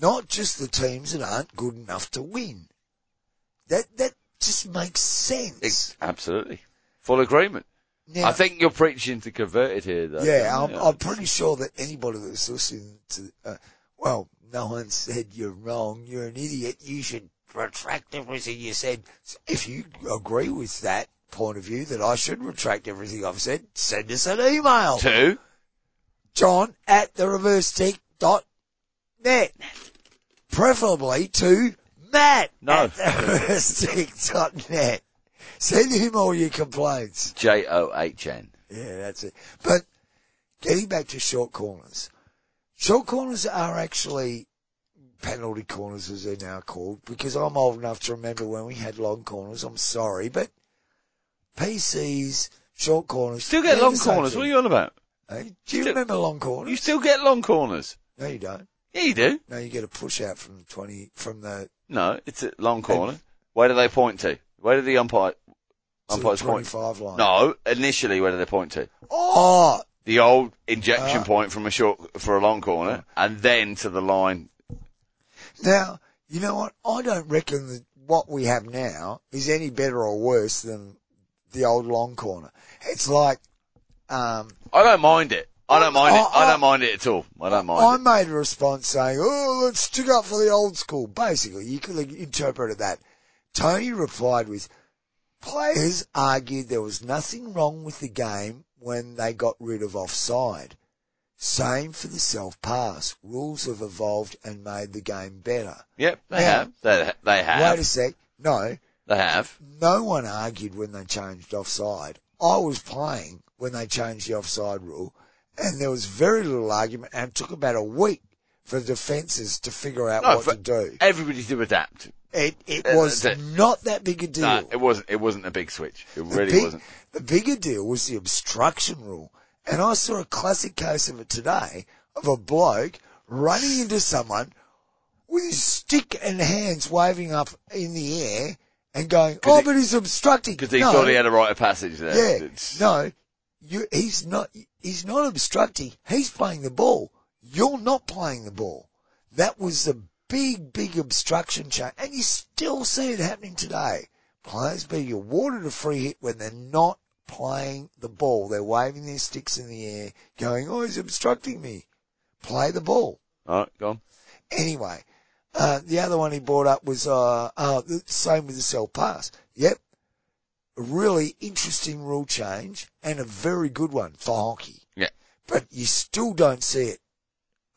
[SPEAKER 1] not just the teams that aren't good enough to win. That, that just makes sense.
[SPEAKER 2] Ex- absolutely. Full agreement.
[SPEAKER 1] Now-
[SPEAKER 2] I think you're preaching to converted here, though.
[SPEAKER 1] Yeah, I'm,
[SPEAKER 2] aren't you?
[SPEAKER 1] I'm pretty sure that anybody that's listening to, uh, well, no one said you're wrong, you're an idiot, you should retract everything you said. If you agree with that point of view that I should retract everything I've said, send us an email.
[SPEAKER 2] Two.
[SPEAKER 1] John at the reverse tech dot net. Preferably to Matt
[SPEAKER 2] No.
[SPEAKER 1] at the reverse tech dot net. Send him all your complaints.
[SPEAKER 2] J O H N.
[SPEAKER 1] Yeah, that's it. But getting back to short corners, short corners are actually penalty corners, as they're now called, because I'm old enough to remember when we had long corners. I'm sorry, but PCs, short corners.
[SPEAKER 2] Still get
[SPEAKER 1] they're
[SPEAKER 2] long
[SPEAKER 1] the same
[SPEAKER 2] corners.
[SPEAKER 1] thing.
[SPEAKER 2] What are you on about?
[SPEAKER 1] Hey, do you
[SPEAKER 2] still-
[SPEAKER 1] remember long corners?
[SPEAKER 2] You still get long corners.
[SPEAKER 1] no, you don't.
[SPEAKER 2] Yeah, you do.
[SPEAKER 1] No, you get a push out from the twenty from the
[SPEAKER 2] No, it's a long corner. Where do they point to? Where do the umpire,
[SPEAKER 1] to the
[SPEAKER 2] umpires point?
[SPEAKER 1] twenty-five line.
[SPEAKER 2] No, initially, where do they point to?
[SPEAKER 1] Oh,
[SPEAKER 2] The old injection
[SPEAKER 1] Ah.
[SPEAKER 2] point from a short for a long corner, and then to the line.
[SPEAKER 1] Now, you know what? I don't reckon that what we have now is any better or worse than the old long corner. It's like, um,
[SPEAKER 2] I don't mind it. I don't mind it.
[SPEAKER 1] I-
[SPEAKER 2] I
[SPEAKER 1] I-
[SPEAKER 2] don't mind it at all. I don't mind.
[SPEAKER 1] I
[SPEAKER 2] it.
[SPEAKER 1] made a response saying, oh, let's stick up for the old school. Basically, you could have interpreted that. Tony replied with, players argued there was nothing wrong with the game when they got rid of offside. Same for the self pass. Rules have evolved and made the game better.
[SPEAKER 2] Yep, they
[SPEAKER 1] Yeah.
[SPEAKER 2] have. They, they
[SPEAKER 1] Wait a
[SPEAKER 2] have.
[SPEAKER 1] sec. No,
[SPEAKER 2] They have.
[SPEAKER 1] no one argued when they changed offside. I was playing when they changed the offside rule, and there was very little argument, and it took about a week for defences to figure out
[SPEAKER 2] No,
[SPEAKER 1] what
[SPEAKER 2] for-
[SPEAKER 1] to do.
[SPEAKER 2] Everybody to adapt.
[SPEAKER 1] It, it
[SPEAKER 2] uh,
[SPEAKER 1] was
[SPEAKER 2] the-
[SPEAKER 1] not that big a deal.
[SPEAKER 2] No, it wasn't. It wasn't a big switch. It really
[SPEAKER 1] big-
[SPEAKER 2] wasn't.
[SPEAKER 1] The bigger deal was the obstruction rule. And I saw a classic case of it today of a bloke running into someone with his stick and hands waving up in the air and going, oh,
[SPEAKER 2] he-
[SPEAKER 1] but he's obstructing.
[SPEAKER 2] Because he
[SPEAKER 1] No.
[SPEAKER 2] thought he had a rite of passage there.
[SPEAKER 1] Yeah.
[SPEAKER 2] It's-
[SPEAKER 1] No, you, he's not, he's not obstructing. He's playing the ball. You're not playing the ball. That was the big, big obstruction chain, and you still see it happening today. Players being awarded a free hit when they're not playing the ball. They're waving their sticks in the air, going, "Oh, he's obstructing me." Play the ball
[SPEAKER 2] All right, go on.
[SPEAKER 1] anyway. Uh, the other one he brought up was uh, uh, the same with the cell pass. Yep, a really interesting rule change and a very good one for hockey.
[SPEAKER 2] Yeah.
[SPEAKER 1] but you still don't see it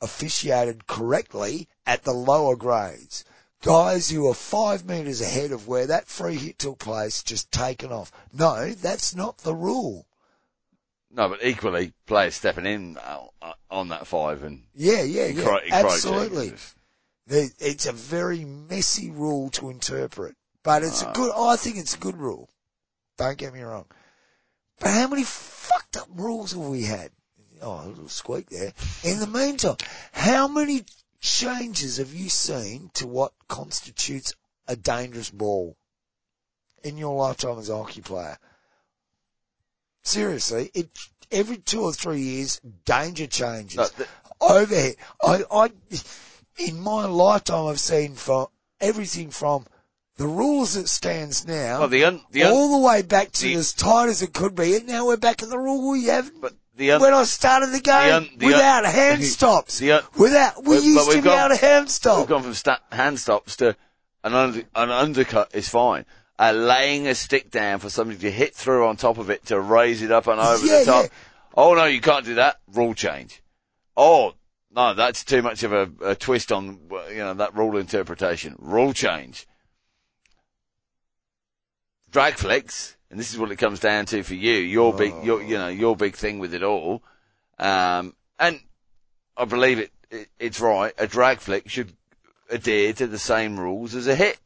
[SPEAKER 1] officiated correctly at the lower grades. Guys who are five metres ahead of where that free hit took place just taken off. No, that's not the rule.
[SPEAKER 2] No, but equally, players stepping in uh, uh, on that five and
[SPEAKER 1] Yeah, yeah, yeah.
[SPEAKER 2] encro- encroaching.
[SPEAKER 1] absolutely. There- It's a very messy rule to interpret, but it's a good. I think it's a good rule. Don't get me wrong. But how many fucked up rules have we had? Oh, a little squeak there. In the meantime, how many changes have you seen to what constitutes a dangerous ball in your lifetime as a hockey player? Seriously, it every two or three years, danger changes
[SPEAKER 2] No, th-
[SPEAKER 1] overhead. I, I, in my lifetime, I've seen from everything from the rules that stands now,
[SPEAKER 2] well, the un, the un,
[SPEAKER 1] all the way back to
[SPEAKER 2] the-
[SPEAKER 1] as tight as it could be, and now we're back in the rule we have.
[SPEAKER 2] but the un,
[SPEAKER 1] when I started the game,
[SPEAKER 2] un- the un-
[SPEAKER 1] without hand stops,
[SPEAKER 2] the un-
[SPEAKER 1] without we
[SPEAKER 2] But- but
[SPEAKER 1] used to
[SPEAKER 2] we've
[SPEAKER 1] be
[SPEAKER 2] gone-
[SPEAKER 1] able to hand
[SPEAKER 2] We've
[SPEAKER 1] stop.
[SPEAKER 2] gone from sta hand stops to an, under, an undercut is fine. Uh, laying a stick down for somebody to hit through on top of it to raise it up and over
[SPEAKER 1] Yeah,
[SPEAKER 2] the top.
[SPEAKER 1] yeah.
[SPEAKER 2] Oh no, you can't do that. Rule change. Oh no, that's too much of a, a twist on you know that rule interpretation. Rule change. Drag flicks, and this is what it comes down to for you. Your big,
[SPEAKER 1] Oh.
[SPEAKER 2] your you know your big thing with it all. Um, and I believe it, it. It's right. A drag flick should adhere to the same rules as a hit.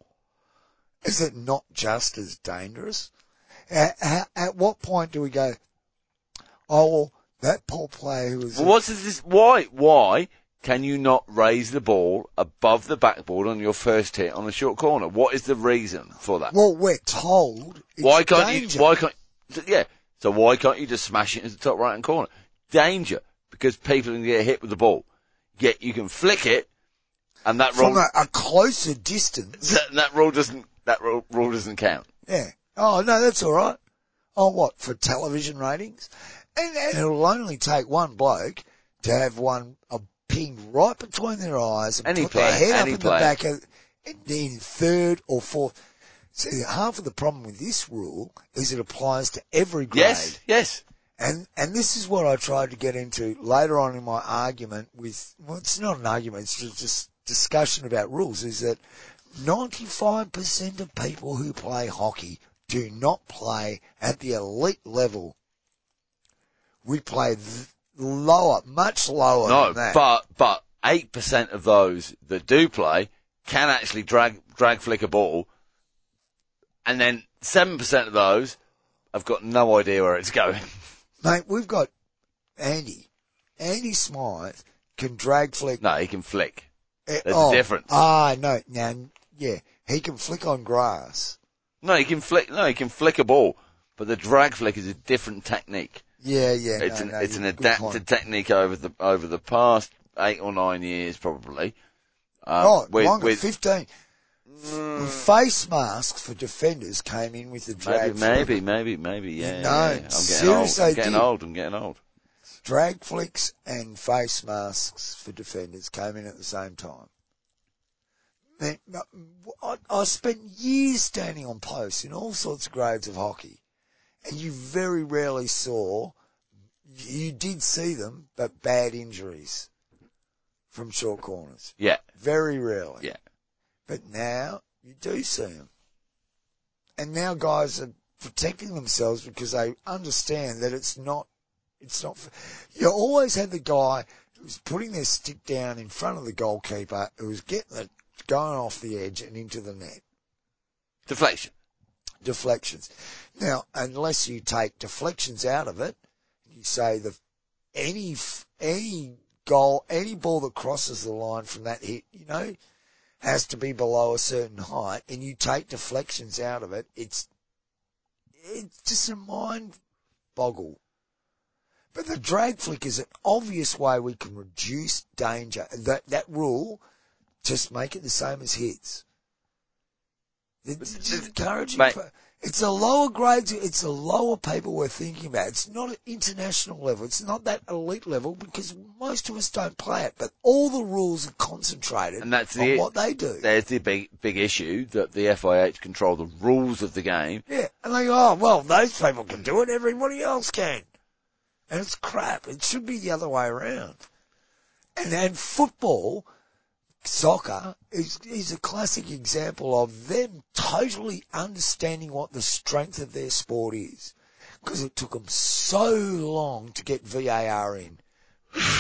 [SPEAKER 1] Is it not just as dangerous? At, at, at what point do we go? Oh, well, that poor player who was
[SPEAKER 2] Well, what's this? Why? Why can you not raise the ball above the backboard on your first hit on a short corner? What is the reason for that?
[SPEAKER 1] well, we're told. It's
[SPEAKER 2] why can't
[SPEAKER 1] danger.
[SPEAKER 2] you? Why can't? so- Yeah. So why can't you just smash it into the top right hand corner? Danger because people can get hit with the ball. Yet you can flick it, and that
[SPEAKER 1] from
[SPEAKER 2] rule
[SPEAKER 1] a, a closer distance.
[SPEAKER 2] that, that rule doesn't that rule, rule doesn't count.
[SPEAKER 1] Yeah. Oh no, that's all right. Oh what for television ratings? And, and it'll only take one bloke to have one a ping right between their eyes and
[SPEAKER 2] Any
[SPEAKER 1] put
[SPEAKER 2] player,
[SPEAKER 1] their head up
[SPEAKER 2] any
[SPEAKER 1] in
[SPEAKER 2] player.
[SPEAKER 1] the back of in third or fourth. See, half of the problem with this rule is it applies to every grade.
[SPEAKER 2] Yes. Yes.
[SPEAKER 1] And and this is what I tried to get into later on in my argument with well, it's not an argument, it's just, just discussion about rules, is that ninety five percent of people who play hockey do not play at the elite level. We play th- lower, much lower
[SPEAKER 2] No.
[SPEAKER 1] than that.
[SPEAKER 2] But but eight percent of those that do play can actually drag drag flick a ball, and then seven percent of those have got no idea where it's going.
[SPEAKER 1] Mate, we've got Andy. Andy Smythe can drag flick
[SPEAKER 2] no, he can flick.
[SPEAKER 1] eh,
[SPEAKER 2] there's a difference.
[SPEAKER 1] Ah no, no yeah. He can flick on grass.
[SPEAKER 2] No, he can flick. No, he can flick a ball, but the drag flick is a different technique.
[SPEAKER 1] Yeah, yeah.
[SPEAKER 2] It's
[SPEAKER 1] no,
[SPEAKER 2] an
[SPEAKER 1] no,
[SPEAKER 2] it's an
[SPEAKER 1] good point.
[SPEAKER 2] adapted technique over the over the past eight or nine years probably. Um,
[SPEAKER 1] Oh,
[SPEAKER 2] with-
[SPEAKER 1] longer,
[SPEAKER 2] with-
[SPEAKER 1] 15. Well, face masks for defenders came in with the drag
[SPEAKER 2] Mm. maybe,
[SPEAKER 1] flick.
[SPEAKER 2] maybe, maybe, maybe, yeah.
[SPEAKER 1] No,
[SPEAKER 2] yeah, yeah. I'm getting
[SPEAKER 1] seriously,
[SPEAKER 2] old.
[SPEAKER 1] I
[SPEAKER 2] I'm getting
[SPEAKER 1] did.
[SPEAKER 2] old. I'm getting old.
[SPEAKER 1] Drag flicks and face masks for defenders came in at the same time. Man, I, I spent years standing on posts in all sorts of grades of hockey, and you very rarely saw, you did see them, but bad injuries from short corners.
[SPEAKER 2] Yeah,
[SPEAKER 1] Very rarely.
[SPEAKER 2] yeah.
[SPEAKER 1] But now you do see them. And now guys are protecting themselves because they understand that it's not, it's not, you always had the guy who's putting their stick down in front of the goalkeeper who's getting it going off the edge and into the net.
[SPEAKER 2] Deflection.
[SPEAKER 1] Deflections. Now, unless you take deflections out of it, you say the, any, f- any goal, any ball that crosses the line from that hit, you know, has to be below a certain height and you take deflections out of it, it's, it's just a mind boggle. But the drag flick is an obvious way we can reduce danger. That, that rule Just make it the same as his. It's
[SPEAKER 2] But
[SPEAKER 1] just
[SPEAKER 2] th-
[SPEAKER 1] encouraging.
[SPEAKER 2] mate-
[SPEAKER 1] fa- It's a lower grade. It's a lower paper we're thinking about. It's not an international level. It's not that elite level because most of us don't play it. But all the rules are concentrated
[SPEAKER 2] And that's
[SPEAKER 1] on
[SPEAKER 2] the-
[SPEAKER 1] what they do.
[SPEAKER 2] There's the big big issue that the FIH control the rules of the game.
[SPEAKER 1] Yeah, and they go, oh, well, those people can do it, everybody else can. And it's crap. It should be the other way around. And, and football, soccer, is, is a classic example of them totally understanding what the strength of their sport is. Because it took them so long to get VAR in.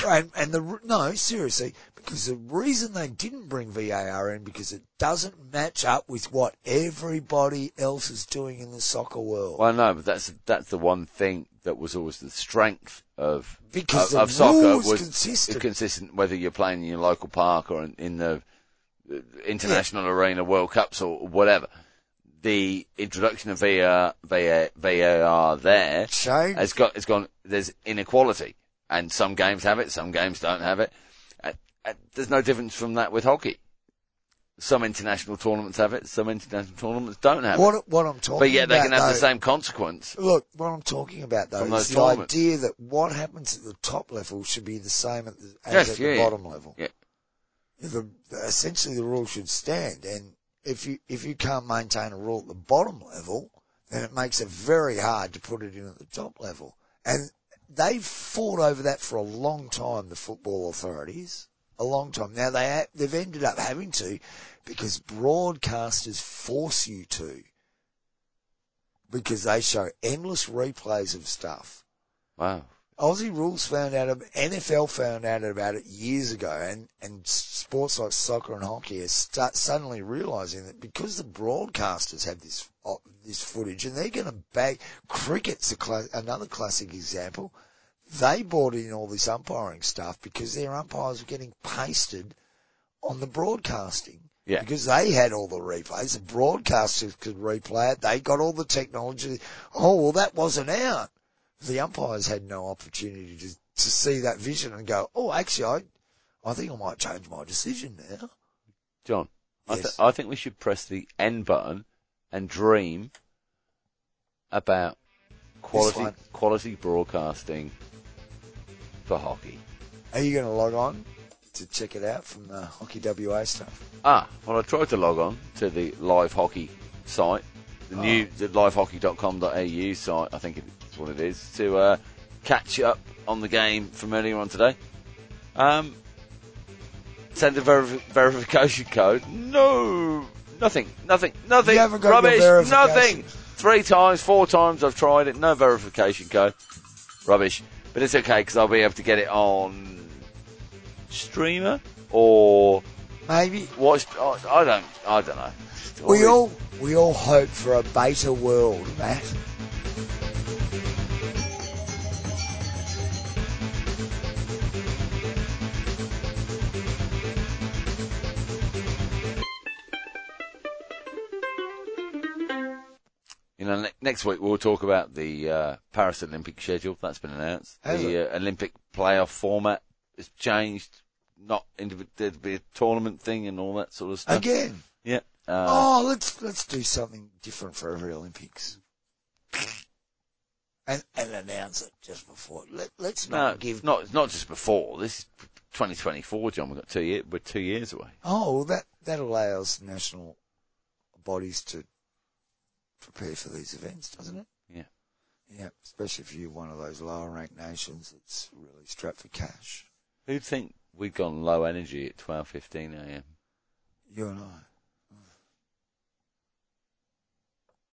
[SPEAKER 1] And, and the, r- no, seriously, because the reason they didn't bring VAR in because it doesn't match up with what everybody else is doing in the soccer world.
[SPEAKER 2] Well, no, but that's that's the one thing that was always the strength of
[SPEAKER 1] Because
[SPEAKER 2] of,
[SPEAKER 1] the
[SPEAKER 2] of soccer
[SPEAKER 1] rule was
[SPEAKER 2] was
[SPEAKER 1] consistent.
[SPEAKER 2] consistent, whether you're playing in your local park or in, in the uh, international arena, World Cups or whatever. The introduction of VAR, VAR, VAR there
[SPEAKER 1] Change.
[SPEAKER 2] has got it's gone. There's inequality, and some games have it, some games don't have it. And, and there's no difference from that with hockey. Some international tournaments have it, some international tournaments don't have it.
[SPEAKER 1] what, what I'm talking
[SPEAKER 2] But yet they
[SPEAKER 1] about,
[SPEAKER 2] can have the
[SPEAKER 1] though-
[SPEAKER 2] same consequence.
[SPEAKER 1] Look, what I'm talking about though is
[SPEAKER 2] From those
[SPEAKER 1] the
[SPEAKER 2] tournaments.
[SPEAKER 1] idea that what happens at the top level should be the same at the, as
[SPEAKER 2] Yes,
[SPEAKER 1] at
[SPEAKER 2] yeah,
[SPEAKER 1] the
[SPEAKER 2] yeah.
[SPEAKER 1] bottom level.
[SPEAKER 2] Yeah.
[SPEAKER 1] The, essentially, the rule should stand, and if you if you can't maintain a rule at the bottom level, then it makes it very hard to put it in at the top level. And they've fought over that for a long time. The football authorities, a long time now. They ha- they've ended up having to because broadcasters force you to because they show endless replays of stuff.
[SPEAKER 2] Wow.
[SPEAKER 1] Aussie rules found out, ab- NFL found out about it years ago, and, and sports like soccer and hockey are start suddenly realizing that because the broadcasters have this o- this footage, and they're going to bag cricket's a cla- another classic example. They bought in all this umpiring stuff because their umpires were getting pasted on the broadcasting.
[SPEAKER 2] Yeah.
[SPEAKER 1] Because they had all the replays, the broadcasters could replay it. They got all the technology. Oh well, that wasn't out. The umpires had no opportunity to to see that vision and go, oh, actually, I, I think I might change my decision now.
[SPEAKER 2] John, I, th-
[SPEAKER 1] Yes.
[SPEAKER 2] I think we should press the end button and dream about quality
[SPEAKER 1] one.
[SPEAKER 2] quality broadcasting for hockey.
[SPEAKER 1] Are you going to log on to check it out from the Hockey WA stuff?
[SPEAKER 2] Ah, well, I tried to log on to the live hockey site, the new
[SPEAKER 1] Ah.
[SPEAKER 2] the livehockey.com.au site. I think it's what it is to uh, catch up on the game from earlier on today. Um, send a verif- verification code. No, nothing, nothing, nothing.
[SPEAKER 1] You haven't got your
[SPEAKER 2] rubbish.
[SPEAKER 1] verification.
[SPEAKER 2] nothing. Three times, four times I've tried it. No verification code. Rubbish. But it's okay because I'll be able to get it on streamer or
[SPEAKER 1] Maybe.
[SPEAKER 2] Watch. I, oh, I don't. I don't know.
[SPEAKER 1] We all we all hope for a beta world, Matt.
[SPEAKER 2] You know, ne- next week we'll talk about the uh, Paris Olympic schedule that's been announced.
[SPEAKER 1] Has
[SPEAKER 2] the uh, Olympic playoff format has changed. Not individ- there'd be a tournament thing and all that sort of stuff.
[SPEAKER 1] Again.
[SPEAKER 2] Yeah. Uh,
[SPEAKER 1] Oh, let's let's do something different for every Olympics. And and announce it just before. Let, let's
[SPEAKER 2] no,
[SPEAKER 1] not give.
[SPEAKER 2] it's not. It's not just before. This is 2024, John. We've got two year. We're two years away.
[SPEAKER 1] Oh, well, that that allows national bodies to prepare for these events, doesn't it?
[SPEAKER 2] Yeah.
[SPEAKER 1] Yeah, especially if you're one of those lower ranked nations that's really strapped for cash.
[SPEAKER 2] Who'd think we'd gone low energy at 12:15 a.m.
[SPEAKER 1] You and I.